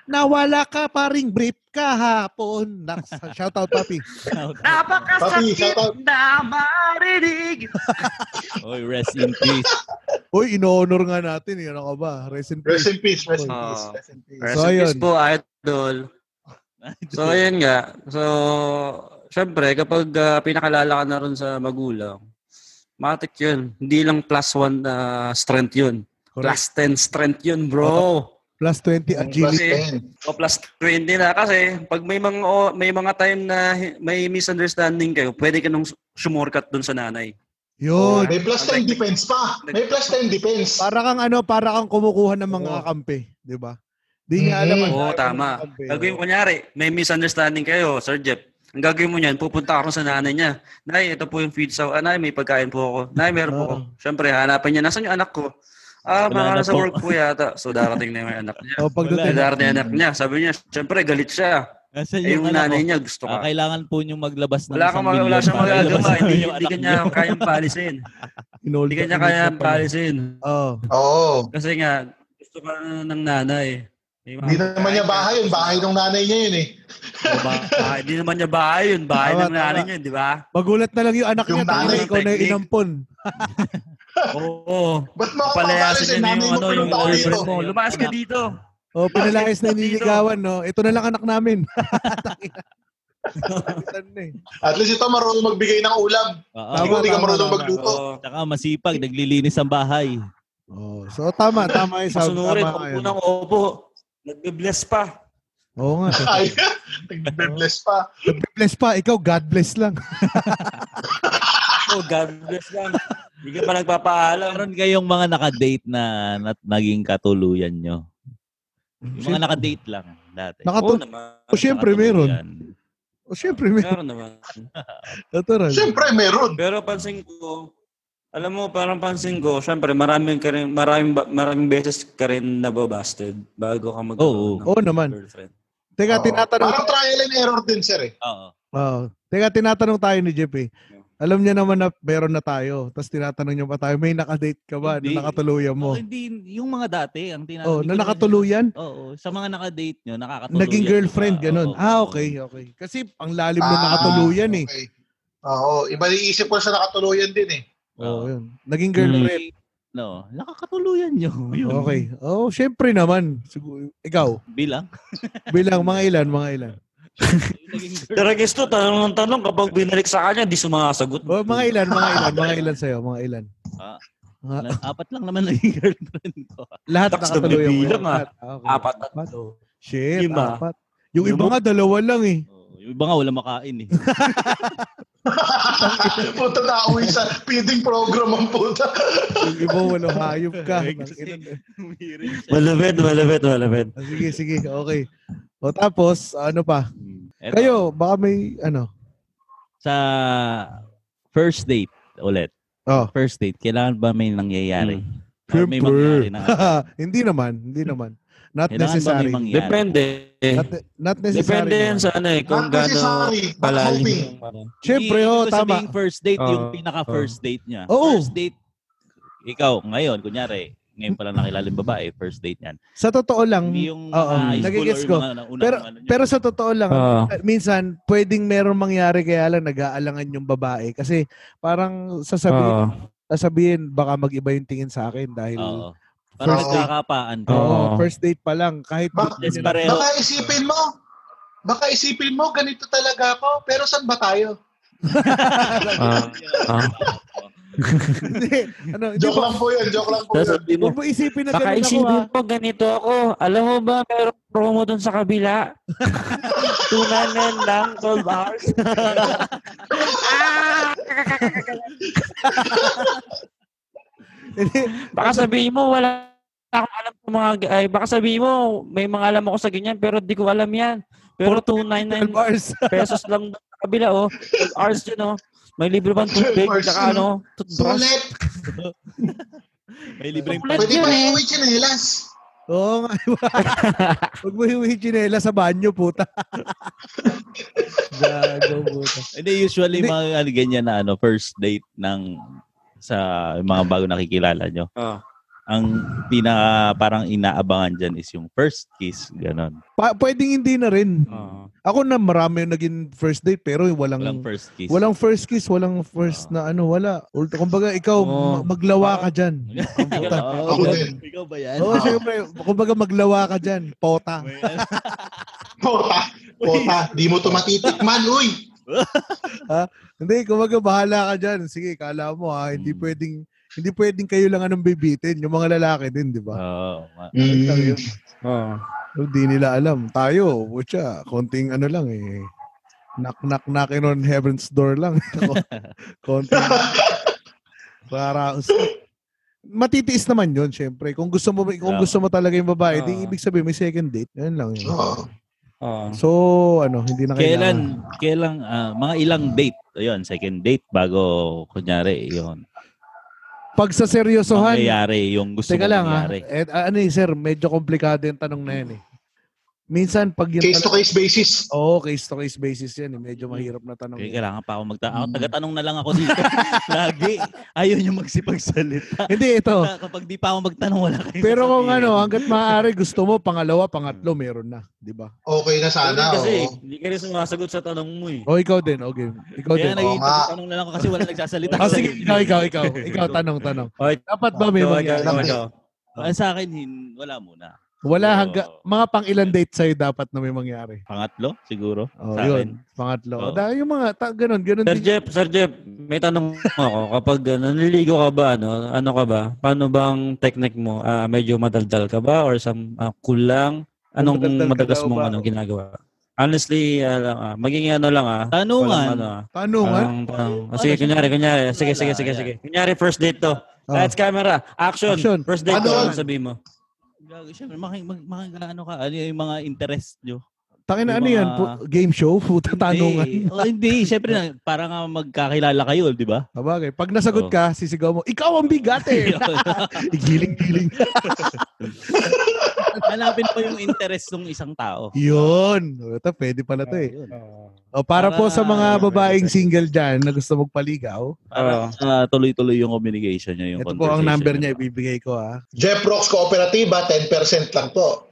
S2: Nawala ka pa ring brief kahapon. Naks, shout out, papi.
S4: Papi, shout out.
S3: Uy, rest in peace.
S2: Uy, ino-honor nga natin. Yun ako ba? Rest in peace.
S4: Rest in peace, rest in
S5: Oo.
S4: peace, rest in peace.
S5: Rest
S2: So,
S5: in peace
S2: ayun.
S5: po,
S2: (laughs)
S5: idol. So, ayun nga. So, syempre, kapag ah, pinakalala ka na rin sa magulang, matik yun. Hindi lang plus one na strength yun.
S2: Correct.
S5: Plus 10 strength yun, bro.
S2: Plus 20
S4: Plus
S2: agility.
S4: 10.
S5: O plus 20 na kasi pag may mga o- may mga time na hi- may misunderstanding kayo, pwede ka nung sumorkat dun sa nanay.
S2: Yun.
S4: May plus 10 defense pa. May plus 10 defense.
S2: Para kang ano, para kang kumukuha ng mga kakampi. Di ba? Di
S4: Mm-hmm.
S2: niya alam. ang
S5: Oo,
S2: dami ng
S5: tama.
S2: kakampi.
S5: Gagawin mo kunyari, may misunderstanding kayo, Sir Jeff. Ang gagawin mo niyan, pupunta ka rin sa nanay niya. Nay, ito po yung feed sa... Ah, nay, may pagkain po ako. Nay, meron po ako. Syempre, hanapin niya. Nasaan yung anak ko? Ah,
S3: Ah. Wala
S5: mga
S3: na
S5: nasa
S3: po.
S5: work po yata. So, darating na yung anak
S3: (laughs)
S5: niya.
S2: O, Oh, pagdating.
S5: So, darating yung anak niya. Sabi niya, syempre, galit siya.
S3: Nasaan
S5: Eh,
S3: anak
S5: yung
S3: ko?
S5: nanay niya, gusto
S3: Ah,
S5: ka.
S3: kailangan po niyong maglabas ng
S5: Wala kang
S3: isang
S5: mag-
S3: milyon
S5: wala siyang
S3: para ilabas
S5: magagawa.
S3: namin
S5: Hindi,
S3: yung
S5: hindi
S3: anak
S5: kanya
S3: niyo.
S5: kayang paalisin.
S2: Inold
S5: Hindi
S2: ka pa
S5: kanya
S2: Oh,
S5: kaya
S2: ng-
S5: paalisin.
S2: Oo.
S4: Oo.
S5: Kasi nga, gusto ka ng nanay. May mga
S4: Hindi naman niya bahay yun. Bahay ng nanay niya yun eh.
S5: O, ba- bahay- Hindi naman niya bahay yun. Bahay
S2: Tama,
S5: ng nanay
S2: tama.
S5: niya, di ba?
S2: Magulat na lang yung anak
S4: Yung
S2: niya. Tama,
S4: nanay,
S2: ikaw na yung
S5: technique.
S2: inampon.
S5: Oo.
S4: Ba't mo ako
S5: Papalayasin
S4: papalasin?
S5: niya na
S4: Nanay mo
S5: yung ano,
S4: pinunta ko dito.
S5: yung boyfriend mo. Lumakas ka dito.
S2: Oh, (laughs)
S5: (laughs)
S2: O, pinalayas na yung nililigawan, no? Ito na lang anak namin. Tan na eh.
S4: At least ito marunong magbigay ng ulam.
S3: Oo.
S4: Ikaw hindi ka
S2: tama,
S4: marunong
S2: tama.
S4: magluto.
S5: Oo.
S3: Tsaka masipag, naglilinis ang bahay.
S2: Oh, so tama, tama yung sabi.
S5: Masunurin,
S2: Tama
S5: ang
S2: yun.
S5: unang opo. Nagbe-bless pa.
S2: Oo nga.
S4: Ay, (laughs) nagbe-bless pa.
S2: Bless pa, ikaw, God bless lang.
S5: Oh, God bless lang. Hindi ka pa nagpapaalam.
S3: Meron kayong mga nakadate na, na naging katuluyan nyo? Yung mga nakadate lang dati.
S5: Oo
S2: Nakatul-
S5: naman.
S2: oh, syempre meron.
S3: Nakatuluyan.
S2: Oh, syempre meron.
S5: Meron naman.
S2: Natural.
S4: Siyempre, meron.
S5: Pero pansin ko, alam mo, parang pansin ko, syempre, maraming, ka rin, maraming, ba- maraming beses ka rin nababasted bago ka mag
S3: Oo.
S5: ng
S2: Oo naman.
S5: girlfriend.
S2: Teka,
S4: Oo.
S2: tinatanong
S4: Parang trial and error din, sir eh.
S3: Oo.
S2: Oo. Teka, tinatanong tayo ni Jeff eh. Alam niya naman na meron na tayo. Tapos tinatanong niya pa tayo, may nakadate ka ba
S3: Hindi.
S2: na nakatuluyan mo?
S3: Oh, hindi, yung mga dati, ang tinatanong.
S2: Oh,
S3: ko
S2: na
S3: rin-
S2: nakatuluyan?
S3: Oo, sa mga nakadate nyo, nakakatuluyan.
S2: Naging
S3: nyo ba?
S2: girlfriend, ganun.
S3: Oo.
S2: Ah, okay, okay. Kasi ang lalim na
S4: Ah,
S2: nakatuluyan eh.
S4: Okay. Oo, iba iisip ko sa nakatuluyan din eh. (laughs)
S2: Oo,
S3: Oo.
S2: yun. Naging girlfriend.
S3: No, nakakatuluyan
S2: (laughs)
S3: nyo. Yun.
S2: Okay. Oh, syempre naman. Siguro, ikaw,
S3: Bilang.
S2: bilang mga ilan, mga ilan.
S3: Yung naging girl-
S5: Pero gusto, tanong ng tanong, kapag binalik sa kanya, di sumasagot.
S2: Oh, mga ilan,
S5: (laughs)
S2: mga ilan, mga ilan sa'yo, mga ilan.
S3: Ah.
S2: Mga-
S3: Na- apat lang naman naging (laughs) girlfriend ko.
S2: lahat
S5: Tapos
S2: nakatuluyan mo.
S5: nabibilang, ah.
S2: Lahat. Ah, okay.
S5: Apat na to.
S2: Shit,
S5: Lima.
S2: apat. Yung iba
S5: Lima.
S2: nga, dalawa lang eh.
S3: Oo, yung iba nga wala
S2: (laughs)
S3: makain eh.
S4: puta na uwi sa feeding program ang puta.
S2: Yung iba, wala
S5: (laughs)
S2: hayop ka.
S3: Eh, kasi- Humirit siya.
S5: Malapit, malapit, malapit.
S2: Ah, Sige, sige, okay. O tapos, ano pa?
S3: Mm. Eto,
S2: Kayo, baka may, ano? (laughs)
S3: Sa first date ulit.
S2: Oh. Hmm.
S3: First date, kailangan ba may nangyayari? Or may
S2: Siyempre.
S3: mangyari
S2: (laughs)
S3: na?
S2: hindi naman, hindi naman. Not
S3: Kailangan ba may
S2: necessary.
S3: mangyari?
S5: Depende.
S2: Not, not necessary.
S5: Depende yan
S2: naman.
S5: sa ano eh, kung
S4: Not
S5: gaano
S4: necessary, but
S5: palalim
S4: hoping.
S5: yung ano.
S2: Siyempre,
S3: Hindi,
S2: oh,
S3: ibig
S2: tama.
S3: sabihin first date, yung
S5: Oo.
S3: pinaka-first date niya.
S2: Oo.
S3: First date, ikaw, ngayon, kunyari, ngayon pa lang nakilala yung babae, first date niyan.
S2: Sa totoo lang,
S3: Hindi yung
S2: oo,
S3: mga high school
S2: nagigets
S3: or
S2: ko.
S3: yung mga naunang
S2: Pero-
S3: ano niya.
S2: pero sa totoo lang,
S5: Oo.
S2: Eh, minsan, pwedeng merong mangyari kaya lang nag-aalangan yung babae. Kasi parang sasabihin,
S5: Oo.
S2: sasabihin baka mag-iba yung tingin sa akin dahil
S3: Oo.
S2: First
S3: Parang
S4: date.
S3: nagkakapaan ka.
S5: Oo.
S2: Oo, first date pa lang. Kahit
S4: Bak-
S2: hindi nila-
S3: Pareho.
S4: Baka isipin mo, baka isipin mo, ganito talaga ako, pero saan ba tayo?
S5: Ah, ah.
S2: (laughs) Hindi, ano, hindi
S4: Joke
S2: ba?
S4: lang po yun, joke lang po yun.
S5: Sasabihin mo,
S2: Huwag mo isipin na
S5: Baka
S2: ganun ako
S5: isipin
S2: ah.
S5: mo, ganito ako. Alam mo ba, merong promo dun sa
S2: (laughs)
S5: kabila. Tunanan lang, 12 hours. ah!
S2: Hindi,
S5: Baka sabihin mo, wala akong alam sa mga, ay, baka sabihin mo, may mga alam ako sa ganyan, pero di ko alam yan. Pero
S2: (laughs) 12
S5: 299
S2: bars.
S5: pesos lang dun sa kabila, oh. 12 hours yun, oh. May libre pang
S4: 12
S5: tubig,
S4: hours
S5: tsaka
S4: yun.
S5: ano, toothbrush.
S4: Sulit,
S3: May libreng
S5: Sulit
S4: pwede
S5: yun,
S4: ba
S5: eh.
S4: iuwi chinelas?
S2: Oo nga.
S5: (laughs)
S2: iba. Huwag mo hiwi chinela sa banyo, puta. Gago, puta.
S3: Hindi, usually
S2: Hindi.
S3: mga ano, ganyan na ano, first date ng sa mga bago nakikilala nyo.
S5: Ah.
S3: Ang pinaka parang inaabangan dyan is yung first kiss, ganon.
S2: Pa- pwedeng hindi na rin.
S5: Ah.
S2: Ako na marami yung naging first date pero walang
S3: Walang
S2: walang first
S3: first kiss.
S2: kiss, walang, first
S3: Oo.
S2: na ano, wala. Ul- Kumbaga ikaw
S5: Oo.
S2: ma- maglawa ka (laughs) diyan.
S3: Puta.
S4: Ako din.
S3: Ikaw ba yan?
S2: Oo, syempre, kumbaga maglawa ka diyan, pota.
S3: May- ano,
S4: Pota, pota, di mo tumatitik man, uy.
S2: Hindi, kumbaga bahala ka diyan. Sige, kala mo ha, hindi
S3: Mm.
S2: pwedeng hindi pwedeng kayo lang anong bibitin, yung mga lalaki din, di ba?
S3: Oo. ma-
S2: Lang
S4: Mm.
S2: yun.
S3: Hmm.
S2: Hindi nila alam. Tayo, putya, konting ano lang eh. Knock, knock, knocking on heaven's door lang. (laughs) konting para Matitiis naman yun, syempre. Kung gusto mo kung
S3: Yeah. Oh.
S2: gusto mo talaga yung babae, di
S5: Ah.
S2: ibig sabihin may second date. Yan lang yun.
S4: Oo.
S5: Ah.
S2: So, ano, hindi na kailangan. Hmm.
S3: Kailan, kailang, ah, mga ilang date. Ayun, second date bago, kunyari, yun.
S2: Pag sa seryosohan,
S3: Mangyayari yung gusto
S2: teka
S3: mong
S2: lang ha.
S3: mangyari.
S2: Eh, ah, ano eh, sir, medyo komplikado yung tanong na yan eh. Minsan, pag yun
S4: Case to case basis.
S2: Oo, case to case basis yan. eh. Medyo mahirap na tanong.
S3: Okay,
S2: yun.
S3: kailangan pa ako magta... Ako,
S2: hmm.
S3: taga-tanong na lang ako
S2: (laughs)
S3: dito. Lagi. Ayaw niyo magsipagsalita.
S2: Hindi,
S3: (laughs)
S2: ito.
S3: Na- Kapag di pa ako magtanong, wala kayo
S2: Oh. Pero kung
S3: sasabihin.
S2: ano, hanggat maaari gusto mo, pangalawa, pangatlo, meron na. Di ba?
S4: Okay na sana, oh.
S5: kasi,
S4: oo.
S5: hindi ka rin sumasagot sa tanong mo eh.
S2: O ikaw din, okay. Ikaw
S3: Kaya
S2: din.
S3: naging
S4: nga.
S3: tanong na lang ako kasi wala nagsasalita.
S2: (laughs) Ah,
S3: ako sa
S2: sige,
S3: inyo.
S2: ikaw, ikaw, ikaw.
S3: (laughs)
S2: Ikaw, tanong, tanong.
S5: Okay.
S2: Dapat ba Ano may
S5: Ikaw,
S2: mangyari?
S5: ikaw, ikaw.
S3: Ah, Sa akin, hin- wala muna.
S2: Wala
S3: Oo.
S2: hangga mga pang ilan date sa'yo dapat na may mangyari.
S3: Pangatlo, siguro.
S2: Oh,
S3: sa akin.
S2: yun. Pangatlo.
S3: Oo.
S2: Dahil yung mga ta, ganun, ganun
S5: Sir
S2: din.
S5: Jeff, Sir Jeff, may tanong ako. Kapag uh, nanliligo ka ba, ano, ano ka ba? Paano bang technique mo? Ah, medyo madaldal ka ba? Or some ah, cool lang? Anong
S2: Madaldal ka
S5: madalas
S2: daw
S5: mong
S2: ba?
S5: ano, ginagawa? Honestly, alam, ah, maging ano lang ah.
S3: Tanungan.
S5: Walang Ano, ah.
S2: Tanungan.
S5: Parang- parang-
S3: Ano
S5: sige,
S3: siya?
S5: kunyari, kunyari. Sige,
S3: Wala,
S5: sige, sige,
S3: ayan.
S5: sige. Kunyari, first date to.
S2: Oh.
S5: Lights, camera, action.
S2: Action.
S5: First date
S4: Ano?
S5: to, ano sabihin mo?
S3: Gago siya. Maki, mag, maki, ano ka, ano yung mga interest nyo?
S2: Tangin na
S3: yung
S2: ano yan?
S3: mga-
S2: Pu- game show? Puta tanungan.
S3: Hindi. Oh, hindi. Siyempre, na, para nga magkakilala kayo, di
S2: (laughs)
S3: ba?
S2: Sabagay. Pag nasagot
S3: Oo.
S2: ka, sisigaw mo, ikaw ang eh."
S3: (laughs)
S2: bigate! Igiling-giling.
S3: Hanapin pa yung interest ng isang tao.
S2: Yun. Ito, pwede pala to eh.
S3: Yun.
S2: O, para po sa mga
S3: Para-
S2: babaeng single dyan na gusto magpaligaw,
S3: Para ah, tuloy-tuloy yung communication niya. Yung
S2: ito po ang
S3: conversation
S2: number niya,
S3: niyo.
S2: ibibigay ko ah. ha.
S4: Jeff Rocks Kooperatiba, 10% lang po.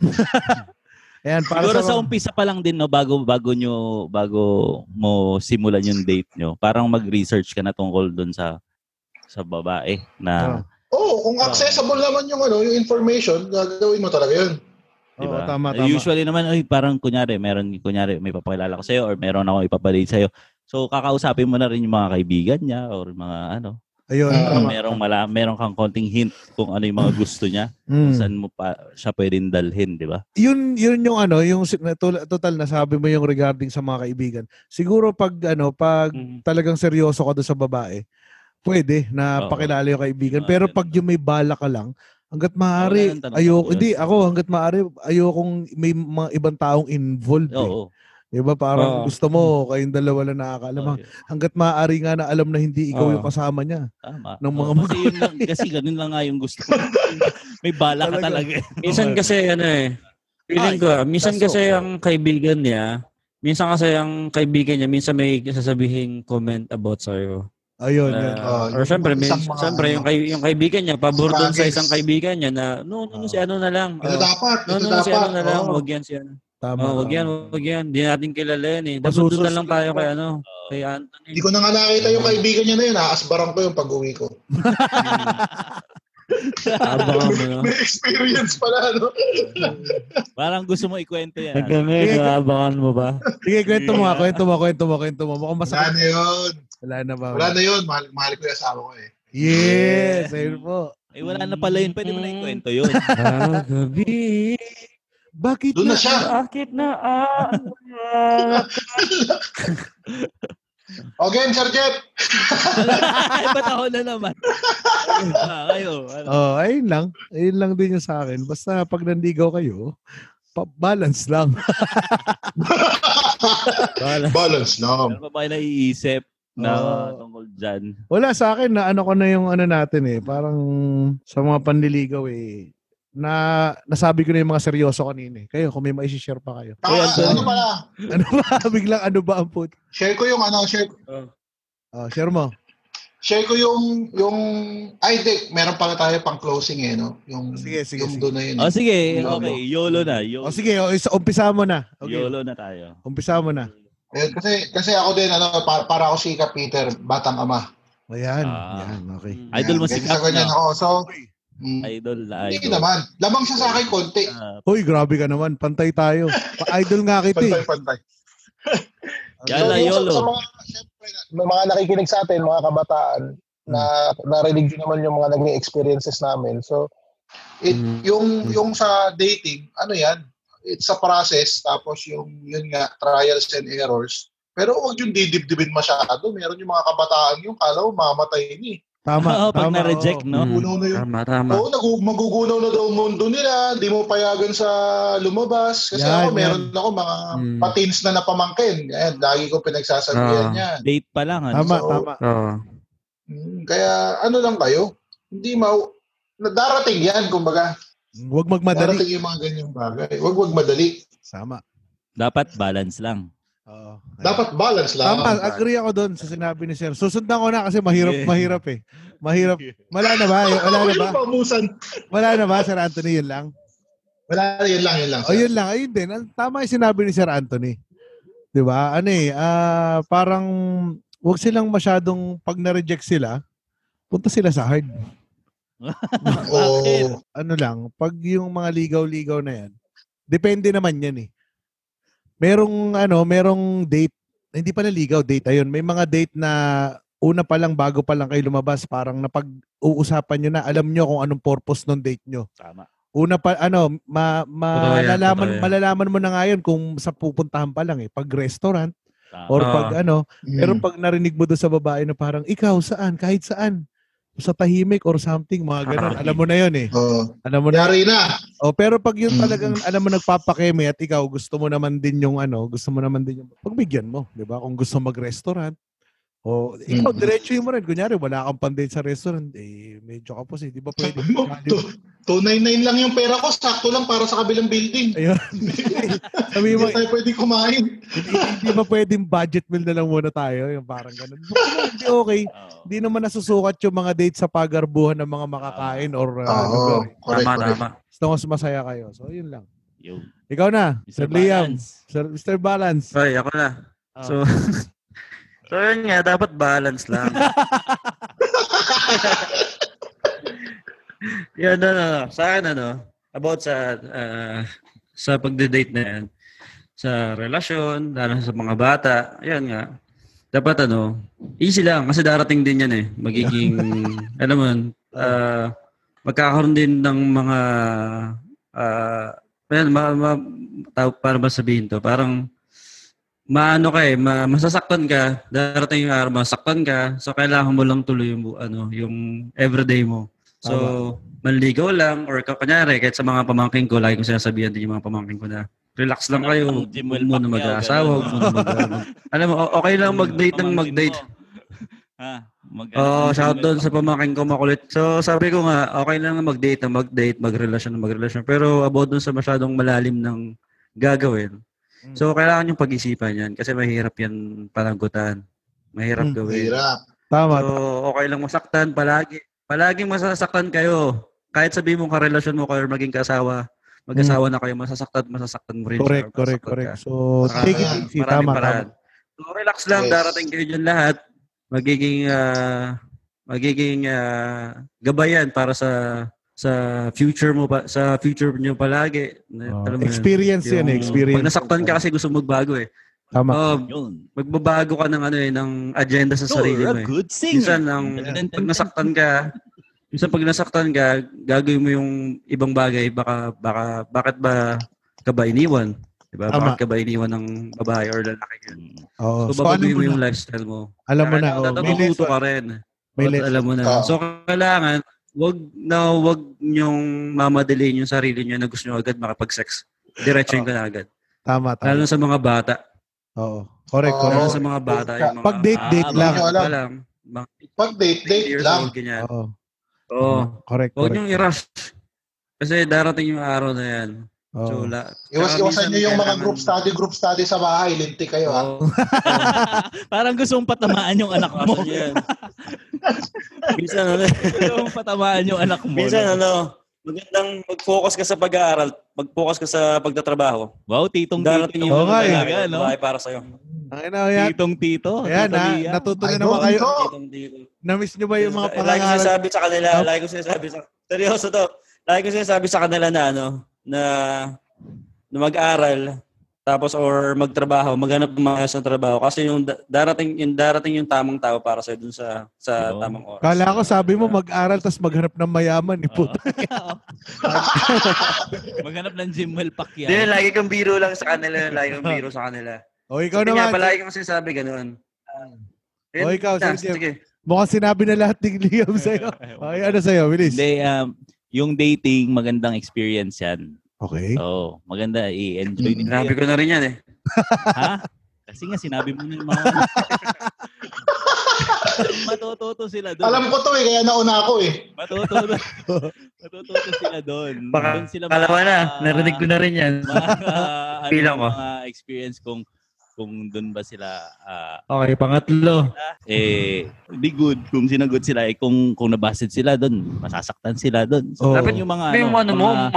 S2: Ayan, para
S3: Siguro
S2: sa,
S3: sa umpisa pa lang din no bago bago nyo bago mo simulan yung date nyo. Parang mag-research ka na tungkol doon sa sa babae na
S4: Oo, Oh, kung
S5: Ah.
S4: accessible naman yung ano, yung information, gagawin mo talaga yun.
S3: di
S2: Ah. Oo,
S3: ba? Eh,
S2: tama, tama.
S3: Usually naman ay parang kunyari meron kunyari may papakilala ko sa iyo or meron ako ipapadate sa iyo. So kakausapin mo na rin yung mga kaibigan niya or mga ano.
S2: Ayun,
S4: Ah,
S2: tama.
S3: Merong mala, merong kang konting hint kung ano yung mga gusto niya,
S2: Mm.
S3: kung saan mo pa siya pwedeng dalhin, di ba?
S2: yun yun yung ano yung si- na- tul- total nasabi mo yung regarding sa mga kaibigan siguro pag ano pag
S3: Mm.
S2: talagang seryoso ka doon sa babae pwede na
S3: Oo.
S2: pakilala yung kaibigan
S3: Ah,
S2: pero
S3: yun.
S2: pag yung may bala ka lang hanggat maaari
S3: Wala nang tanong
S2: ayo
S3: yun.
S2: hindi ako hanggat maaari ayokong may mga ibang taong involved eh.
S3: Oo.
S2: Diba? Parang
S5: Oo.
S2: gusto mo kayong dalawa lang nakakaalam
S3: Oo,
S2: ha? hanggat maaari nga na alam na hindi ikaw
S5: Oo.
S2: yung kasama niya
S3: Tama.
S2: Ng mga
S3: Oo, kasi, yun lang, kasi ganun lang nga yung gusto
S2: (laughs)
S3: ko. May bala ka
S2: Talaga.
S3: talaga.
S5: Minsan kasi ano eh.
S3: Ay,
S5: Feeling ko, ah, minsan
S3: kaso-
S5: kasi ang kaibigan niya, minsan kasi ang kaibigan niya, minsan may sasabihin comment about sa'yo.
S2: ayun yun.
S5: Ah,
S4: yun.
S5: or syempre, may,
S4: Isang mga- ano.
S5: syempre yung, kay, yung kaibigan niya, pabor doon sa
S4: Bagets.
S5: isang kaibigan niya na, no, no, no, si ano na lang.
S4: Ito
S5: Oh,
S4: dapat,
S5: no,
S4: ito
S5: no, no, si
S4: dapat.
S5: ano na lang.
S4: Oo.
S5: Huwag yan, si ano.
S2: tama
S5: Oh, huwag yan, huwag yan. Hindi natin kilala yan eh. Dapat
S2: Masusus
S5: doon na lang
S2: lang
S5: tayo
S2: ba?
S5: kay ano, kay Anthony.
S4: Hindi ko na nga nakita yung kaibigan niya na yun, aasbaran ko yung pag-uwi ko.
S5: Abang
S4: (laughs)
S5: ang ano.
S4: (laughs) May experience pala, no?
S3: Parang gusto mo ikwento yan.
S5: Nagkamit, abangan mo ba?
S2: sige kwento mo ha kwento mo kwento mo kwento mo mukhang
S4: Wala
S2: masakit
S4: na yun.
S2: wala na ba
S4: Wala na yun. Mahal, mahal ko yung asawa ko eh.
S2: Yes, ayun po.
S3: Eh, wala na pala yun. Pwede mo na ikwento
S2: (laughs)
S3: yun.
S5: Ah, gabi.
S2: Bakit
S4: Doon na siya.
S5: Bakit na
S4: (laughs)
S5: ah?
S4: Okay, Sir Jeff.
S3: Ay, ba't ako na naman? Ah, kayo. Ano?
S2: Oh, ayun lang. Ayun lang din yung sa akin. Basta pag nandigaw kayo, pa- balance lang. (laughs) Ah,
S3: Wala.
S4: Balance
S3: Ano pa
S4: na.
S3: ba yung naiisip na
S2: Oo.
S3: tungkol dyan?
S2: Wala sa akin na ano ko na yung ano natin eh. Parang sa mga panliligaw eh. Na nasabi ko na yung mga seryoso kanina eh. Kayo, kung may maisishare pa kayo. (laughs)
S4: Taka, ano pala?
S2: Ano ba? (laughs) Biglang ano ba ang put?
S4: Share ko yung ano, share,
S2: Oh, share mo.
S4: share ko yung, yung, ay, di, meron pala tayo pang closing eh, no? Yung,
S2: Sige, sige, sige.
S4: yung doon na yun.
S3: O sige,
S4: Yolo.
S3: okay. YOLO na. YOLO,
S2: O Oh, Ah, sige, o, isa- umpisa mo na. Okay.
S3: YOLO na tayo.
S2: Umpisa mo na.
S4: Ayun, Eh, kasi, kasi ako din, ano, para, para ako si Ka Peter, batang ama.
S2: Ayan.
S3: Ah.
S2: Ayan, okay.
S3: Idol mo si
S4: Ayan,
S3: ah.
S4: ganyan sa
S3: Cap,
S4: ganyan
S3: no?
S4: ako. So, mm,
S3: Idol na
S4: hindi
S3: idol.
S4: naman. Lamang siya sa akin, konti.
S3: Ah,
S2: Hoy, grabe ka naman. Pantay tayo. Pa-idol nga kita eh.
S4: pantay.
S3: Yala,
S4: yung sa-
S3: YOLO.
S4: Sa, mga, syempre, na- mga nakikinig sa atin, mga kabataan,
S3: Hmm.
S4: na narinig nyo naman yung mga naging experiences namin. So, it, yung
S5: Hmm.
S4: yung sa dating, ano yan, it's a process, tapos yung, yun nga, trials and errors. Pero huwag yung didibdibin masyado. Meron yung mga kabataan yung kala mo mamatay ni.
S2: Tama.
S3: Oo, (laughs) pag
S2: tama, Mm.
S3: na-reject,
S2: oo.
S3: no?
S4: Gunaw na yun.
S5: Hmm. Tama, tama.
S4: Oo, nagu- magugunaw na daw ang mundo nila, di mo payagan sa lumabas. Kasi
S2: Yan,
S4: ako, meron ako mga
S5: Mm.
S4: patins na napamangkin. Ayan, lagi ko pinagsasabihan
S5: Ah.
S4: yan.
S3: Date pa lang, ano?
S2: Tama,
S4: So,
S2: tama.
S5: Oo.
S4: Mm, Kaya ano lang kayo, hindi mau darating yan, kumbaga.
S2: Huwag magmadali.
S4: Darating yung mga ganyang bagay. Huwag huwag madali.
S2: Sama.
S3: Dapat balance lang.
S2: Oo.
S4: Dapat balance lang.
S2: Tama, agree ako doon sa sinabi ni Sir. Susundan ko na kasi mahirap,
S3: Yeah.
S2: mahirap eh. Mahirap. Wala na ba? Wala na ba?
S4: pamusan.
S2: Wala na ba, Sir Anthony? Yun lang?
S4: Wala, yun lang, yun lang.
S2: O Oh, yun lang. Ayun din. Ang Tama yung sinabi ni Sir Anthony. Di ba? Ano eh, ah, parang wag silang masyadong, pag na-reject sila, punta sila sa hard.
S3: Bakit?
S4: Oo.
S2: ano lang, pag yung mga ligaw-ligaw na yan, depende naman yan eh. Merong ano, merong date, hindi pa ligaw, date ayun. May mga date na una pa lang, bago pa lang kayo lumabas, parang napag-uusapan nyo na, alam nyo kung anong purpose ng date nyo.
S3: Tama.
S2: Una pa, ano, ma,
S5: Totoo yan,
S2: malalaman,
S5: totoo yan.
S2: malalaman mo na nga yun kung sa pupuntahan pa lang eh. Pag restaurant,
S3: Tama.
S2: or
S5: Ah.
S2: pag ano,
S4: Mm.
S2: pero pag narinig mo doon sa babae na parang, ikaw, saan? Kahit saan? Sa tahimik or something, mga
S5: (laughs)
S2: ganun. Alam mo na yun eh.
S4: Oo.
S2: Alam mo na.
S4: Yari na.
S2: Oh, pero pag yun
S4: Mm.
S2: talagang, alam mo, nagpapakeme at ikaw, gusto mo naman din yung ano, gusto mo naman din yung, pagbigyan mo, di ba? Kung gusto mag-restaurant, o ikaw,
S4: Mm.
S2: diretsuhin mo rin. Kunyari, wala kang pandate sa restaurant, eh, medyo ka po di ba pwede?
S4: (laughs) Sabi mo,
S2: Value-
S4: 299 lang yung pera ko, sakto lang para sa kabilang building.
S2: Ayun. (laughs) Sabi
S4: Hindi
S2: mo,
S4: tayo pwede kumain.
S2: hindi ba pwedeng budget meal na lang muna tayo? Yung parang ganun. Hindi okay.
S3: Oo.
S2: Hindi naman nasusukat yung mga date sa pagarbuhan ng mga makakain or uh, lugar.
S4: Oo. Correct,
S5: Tama,
S4: correct.
S5: tama.
S2: Basta mas masaya kayo. So, yun lang.
S3: Yo,
S2: Ikaw na, Sir,
S3: Mr.
S2: Liam.
S3: Balance.
S2: Sir, Mr. Balance.
S5: Ay, ako na.
S2: Ah.
S5: So, (laughs) so yun nga, dapat balance lang. yun, ano, ano, sa akin, ano, about sa, ah, sa pagde-date na yan, sa relasyon, lalo sa mga bata, yun nga, dapat ano, easy lang, kasi darating din yan eh. Magiging, alam mo, yun, ah, magkakaroon din ng mga, ah, well, ma, ma, tao- para ba sabihin to? Parang, maano ka eh, ma- masasaktan ka, darating yung araw, masasaktan ka, so kailangan mo lang tuloy yung, bu- ano, yung everyday mo. So, manligaw lang, or ka- kunyari, kahit sa mga pamangking ko, lagi ko sinasabihan din yung mga pamangking ko na, relax lang kayo,
S3: Ang
S5: huwag
S3: Jim Will Pacquiao,
S5: muna mag-aasawa,
S3: ganun.
S5: huwag muna mag Alam mo, o- okay lang mag-date ng
S3: Pamangkin
S5: mag-date.
S3: mo. Ha? Mag-
S5: Oo, oh, shout
S3: doon
S5: doon sa pamangkin ko makulit. So, sabi ko nga, okay lang na mag-date na mag-date, magrelasyon na magrelasyon. Pero about doon sa masyadong malalim ng gagawin.
S2: Mm.
S5: So, kailangan yung pag-isipan yan kasi mahirap yan panagutan. Mahirap
S2: Mm,
S5: gawin.
S4: Hirap.
S2: Tama.
S5: So, okay lang masaktan. Palagi, palaging masasaktan kayo. Kahit sabi mong karelasyon mo kayo or maging kasawa, mag-asawa na kayo, masasaktan, masasaktan mo rin. siya,
S2: Hmm. correct, correct,
S5: masasaktan
S2: correct.
S5: ka.
S2: So,
S4: Tama
S2: take it
S4: yan.
S2: easy.
S5: Maraming
S2: Tama,
S5: paraan.
S2: tama.
S5: So, relax lang,
S4: Yes.
S5: darating kayo dyan lahat. Magiging, ah, magiging ah, gabayan para sa sa future mo pa, sa future niyo palagi.
S2: Oh,
S5: Alam mo yun.
S2: experience yan, eh,
S5: Yung-
S2: experience.
S5: Pag nasaktan ka kasi gusto magbago eh.
S2: Tama.
S5: Oo,
S3: Yun.
S5: magbabago ka ng ano eh, ng agenda sa sarili
S3: You're a
S5: mo eh.
S3: good singer.
S5: Minsan ang
S3: Dun, dun,
S5: pag
S3: dun,
S5: nasaktan ka, minsan pag nasaktan ka, gagawin mo yung ibang bagay, baka baka bakit ba ka ba iniwan? Diba?
S2: Tama.
S5: Bakit ka ba iniwan ng babae or lalaki? Yun?
S2: Oo.
S5: So,
S2: So, alam
S5: babaguhin
S2: mo
S5: mo yung
S2: na.
S5: lifestyle mo.
S2: Alam mo na.
S5: Kaya
S2: Oh,
S5: dapat
S2: may
S5: matuto
S2: lesson.
S5: ka rin.
S2: May
S5: At
S2: lesson.
S5: alam mo na.
S4: Oo.
S5: So, kailangan, wag na wag niyong mamadaliin yung sarili niyo na gusto niyo agad makapag-sex. Diretso ka na agad.
S2: Tama, tama.
S5: Lalo sa mga bata.
S2: Oo. Correct,
S4: Oo.
S5: Lalo
S2: correct.
S5: sa mga bata. Yung mga,
S2: Pag date, date
S3: Ah,
S2: lang.
S4: mga-
S5: Pa lang. Mga
S4: Pag date,
S5: 20
S4: date
S5: years
S4: lang.
S5: old, ganyan. Oh.
S2: Oo. Oh.
S5: Oo.
S2: Correct,
S5: Huwag
S2: correct.
S5: niyong i-rush. Kasi darating yung araw na yan.
S2: Oo.
S5: So, la-
S4: Iwas-iwasan
S5: Tsaka
S4: nyo yung mga
S5: minsan
S4: group
S5: kailangan-
S4: study, group study sa bahay. Linti kayo, ah. ha?
S5: Oo.
S3: Parang gusto mong patamaan yung anak
S5: (laughs)
S3: mo.
S5: Iwasan niyo
S4: (laughs)
S5: yan. Minsan, ano,
S3: gusto mong patamaan yung anak mo.
S8: Minsan ano, magandang mag-focus ka sa pag-aaral, mag-focus ka sa pagtatrabaho.
S3: Wow, titong
S8: Darating
S3: tito
S8: yung
S2: Oo
S8: mga
S2: nga eh.
S8: talaga,
S3: talaga,
S8: no?
S3: no?
S8: Bahay para sa'yo.
S2: Ang ina, yan.
S3: Titong tito.
S2: Ayan,
S3: Tito
S2: ha.
S3: Liam.
S2: Natuto na
S4: Ay,
S2: naman
S4: go,
S2: kayo.
S4: go.
S8: Kitang dito.
S2: Na-miss nyo ba yung mga
S8: Lagi ko
S2: pangangaral?
S8: sinasabi sa kanila,
S2: Yup.
S8: lagi ko sinasabi sa Seryoso to. Lagi ko sinasabi sa kanila na ano, na, na mag-aral tapos or magtrabaho, maghanap ng mga sa trabaho kasi yung da- darating yung darating yung tamang tao para sa dun sa sa
S3: Yun.
S8: tamang oras.
S2: Kala ko sabi mo mag-aral tas maghanap ng mayaman. Eh, puta.
S3: Oo. (laughs) Maghanap ng Jimwell Pacquiao.
S5: Hindi, lagi kang biro lang sa kanila. Lagi kang biro sa kanila.
S2: O (laughs) ikaw
S5: Sabi nga,
S2: naman.
S5: palagi kang sinasabi ganun.
S2: O,
S8: ah,
S2: ikaw,
S5: na,
S2: sige.
S5: sige.
S2: Mukhang sinabi na lahat ni
S5: (laughs)
S2: Liam sa'yo. Okay, ano sa'yo? Bilis.
S3: Hindi, um, yung dating, magandang experience yan.
S2: Okay.
S3: So, maganda, i-enjoy din.
S5: Sinabi ko na rin yan eh.
S3: ha? Kasi nga, sinabi mo na yung mga... matututo sila doon.
S4: Alam ko to eh, kaya nauna ako eh.
S3: Matututo, matututo sila doon.
S5: Baka
S3: Doon sila
S5: kalawa na,
S3: maka-
S5: narinig
S3: (laughs)
S5: ko na rin yan.
S3: maka, ano,
S5: Bilang oh. ko.
S3: mga experience kung kung doon ba sila ah,
S5: Okay, pangatlo.
S3: eh be good kung sinagot sila eh, kung kung nabasid sila doon masasaktan sila doon
S2: Oo.
S3: so, dapat yung mga
S5: Ano yung ano mo,
S3: mga-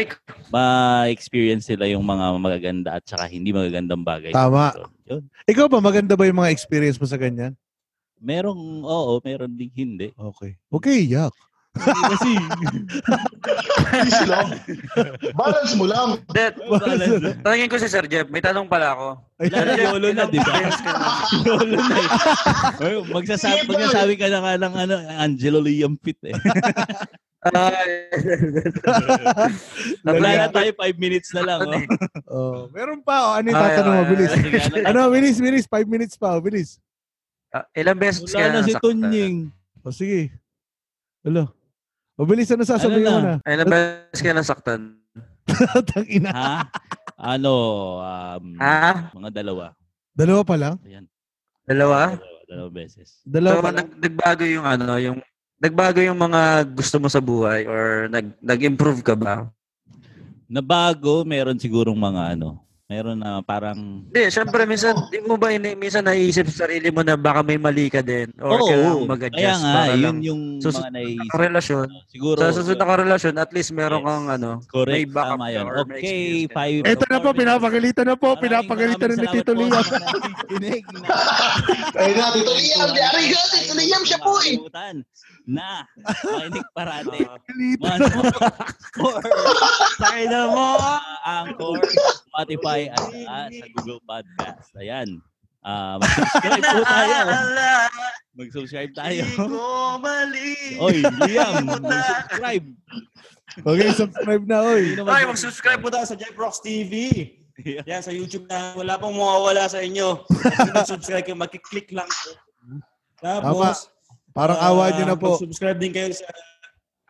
S5: Mike?
S3: ma-experience nila yung mga magaganda at saka hindi magagandang bagay.
S2: Tama.
S3: So, yun.
S2: Ikaw ba, maganda ba yung mga experience mo sa ganyan?
S3: Merong, oo, meron ding hindi.
S2: Okay. Okay, yak.
S3: Kasi,
S4: Easy lang. Balance mo lang.
S9: That,
S2: (laughs)
S9: tanongin ko si Sir Jeff, may tanong pala ako.
S3: lalo yolo na, di ba?
S9: Yes, ka-
S3: (laughs) Yolo na eh. Ay, Magsasabi,
S4: Hindi,
S3: magsasabi ka na nga ng ano, Angelo Liampit
S9: (laughs)
S3: eh.
S9: Ah,
S3: (laughs) Wala na tayo, five minutes na lang.
S9: (laughs) eh.
S2: Oh,
S3: Oh.
S2: meron pa. Oh, ano yung
S9: Ay,
S2: tatanong mo?
S9: ay,
S2: Bilis.
S9: ay.
S3: Sige,
S2: Ano, bilis, bilis. Five minutes pa. Oh, bilis.
S9: Ah, ilang beses
S3: Wala na si
S9: nasaktan?
S3: Tunying.
S2: O Oh, sige. Hello. O bilis, ano sasabihin
S3: Ano
S2: mo na?
S3: na?
S2: (laughs)
S9: Ay, ilang beses ka nasaktan?
S3: Hmm.
S2: Tang ina.
S3: Ha? Ano? Um,
S9: Ha?
S3: Mga dalawa.
S2: Dalawa pa lang?
S3: Ayan.
S9: Dalawa?
S3: Dalawa, dalawang beses.
S9: So,
S2: Dalawa pa lang.
S9: nag, nagbago yung ano, yung nagbago yung mga gusto mo sa buhay or nag nag-improve ka ba?
S3: Nabago, meron sigurong mga ano. Meron na parang...
S9: Hindi, syempre minsan di mo ba ini minsan naiisip sa sarili mo na baka may mali ka din or kailangan mag-adjust
S3: Kaya nga,
S9: para lang
S3: yun yung
S9: susunod
S3: mga naiisip.
S9: sa relasyon.
S3: ko. Siguro.
S9: Sa susunod na relasyon, at least meron
S3: Yes.
S9: kang ano,
S3: Correct.
S9: may backup
S3: tama
S9: ka
S3: yun.
S9: or may
S3: Okay,
S9: experience ka.
S3: five.
S2: Eto na po,
S3: four minutes.
S2: pinapagalitan na po.
S3: Maraming
S2: Pinapagalitan na
S3: maraming
S2: ni Tito
S3: salamat po
S2: Liam.
S3: sa
S2: (laughs)
S3: mga nakikinig na-
S4: Kaya na, Tito Liam, yari ka, Tito Liam siya po eh.
S3: Nakalimutan Na, makinig
S4: (laughs)
S3: parate.
S2: Pinapagalitan.
S3: One, four,
S9: Pakina mo!
S3: uh, Anchor, Spotify, at saka sa Google Podcast. Ayan. Ah, mag-subscribe po tayo.
S9: (laughs) Naalala,
S3: Mag-subscribe
S9: di
S3: tayo.
S9: ko mali.
S3: Oy, Liam, mag-subscribe.
S2: Okay, subscribe na, oy.
S3: Sino
S5: Ay,
S3: mag-
S5: mag-subscribe po tayo sa Jeff Rocks TV. Yan, sa YouTube na wala pong mawawala sa inyo. Subscribe kayo, makiklik lang. kayo. Tapos,
S2: Parang
S5: ah,
S2: awa nyo na po.
S5: Mag-subscribe din kayo sa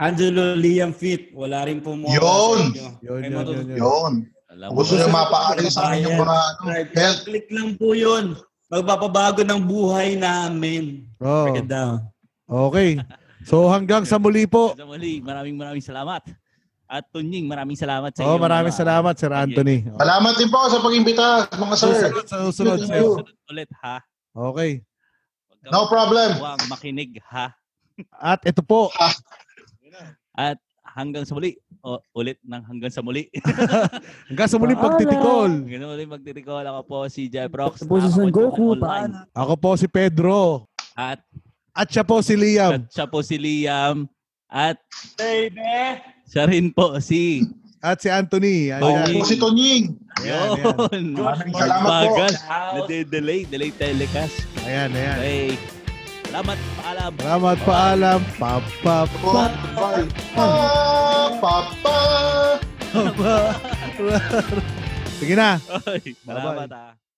S5: Angelo Liam Fit. Wala rin pong mawawala
S4: Yun!
S5: sa inyo.
S2: Yun,
S5: Ay,
S2: yun,
S5: matututo
S2: yun, yun.
S4: Yun.
S3: Alam
S4: Kung
S3: mo,
S4: Gusto nyo mapaano sa akin yung mga ano, health.
S5: Click lang po yun. Magpapabago ng buhay namin.
S2: Oh,
S5: Check it down.
S2: okay. So hanggang sa muli po.
S3: sa muli, maraming maraming salamat. At Tunying, maraming salamat sa
S2: Oh,
S3: iyo.
S2: maraming salamat, Sir Anthony. Oh.
S4: Salamat din po sa pag-imbita, mga sir.
S2: Susunod, sa susunod,
S4: Thank
S2: sir.
S4: you.
S3: Sunod ulit, ha?
S2: Okay.
S3: Huwag ka
S4: No problem.
S3: magpawang makinig, ha?
S2: At ito po,
S3: Hanggang sa muli. O, ulit ng hanggang sa muli. (laughs)
S2: hanggang sa muli pagtitikol.
S3: Hanggang sa muli, magtitikol. Ako po si Jeff Rox.
S6: Ako po si Son Goku,
S3: Online.
S2: Ako po si Pedro.
S3: At
S2: At siya po si Liam.
S3: At siya po si Liam. At siya rin po si...
S2: At si Anthony. Ayan.
S3: Tony.
S4: Ako po si Tonying.
S2: (laughs) Ayan,
S3: Yun.
S4: Maraming salamat po.
S3: Bagal. Nade-delay. Delay telecast.
S2: Ayan, ayan.
S3: Okay. Salamat. Paalam.
S2: Salamat, paalam. Pap, pap,
S4: Pa, pa, pa.
S2: pap. Sige na.
S3: Oy, Salamat
S2: Bye-bye.
S3: ah.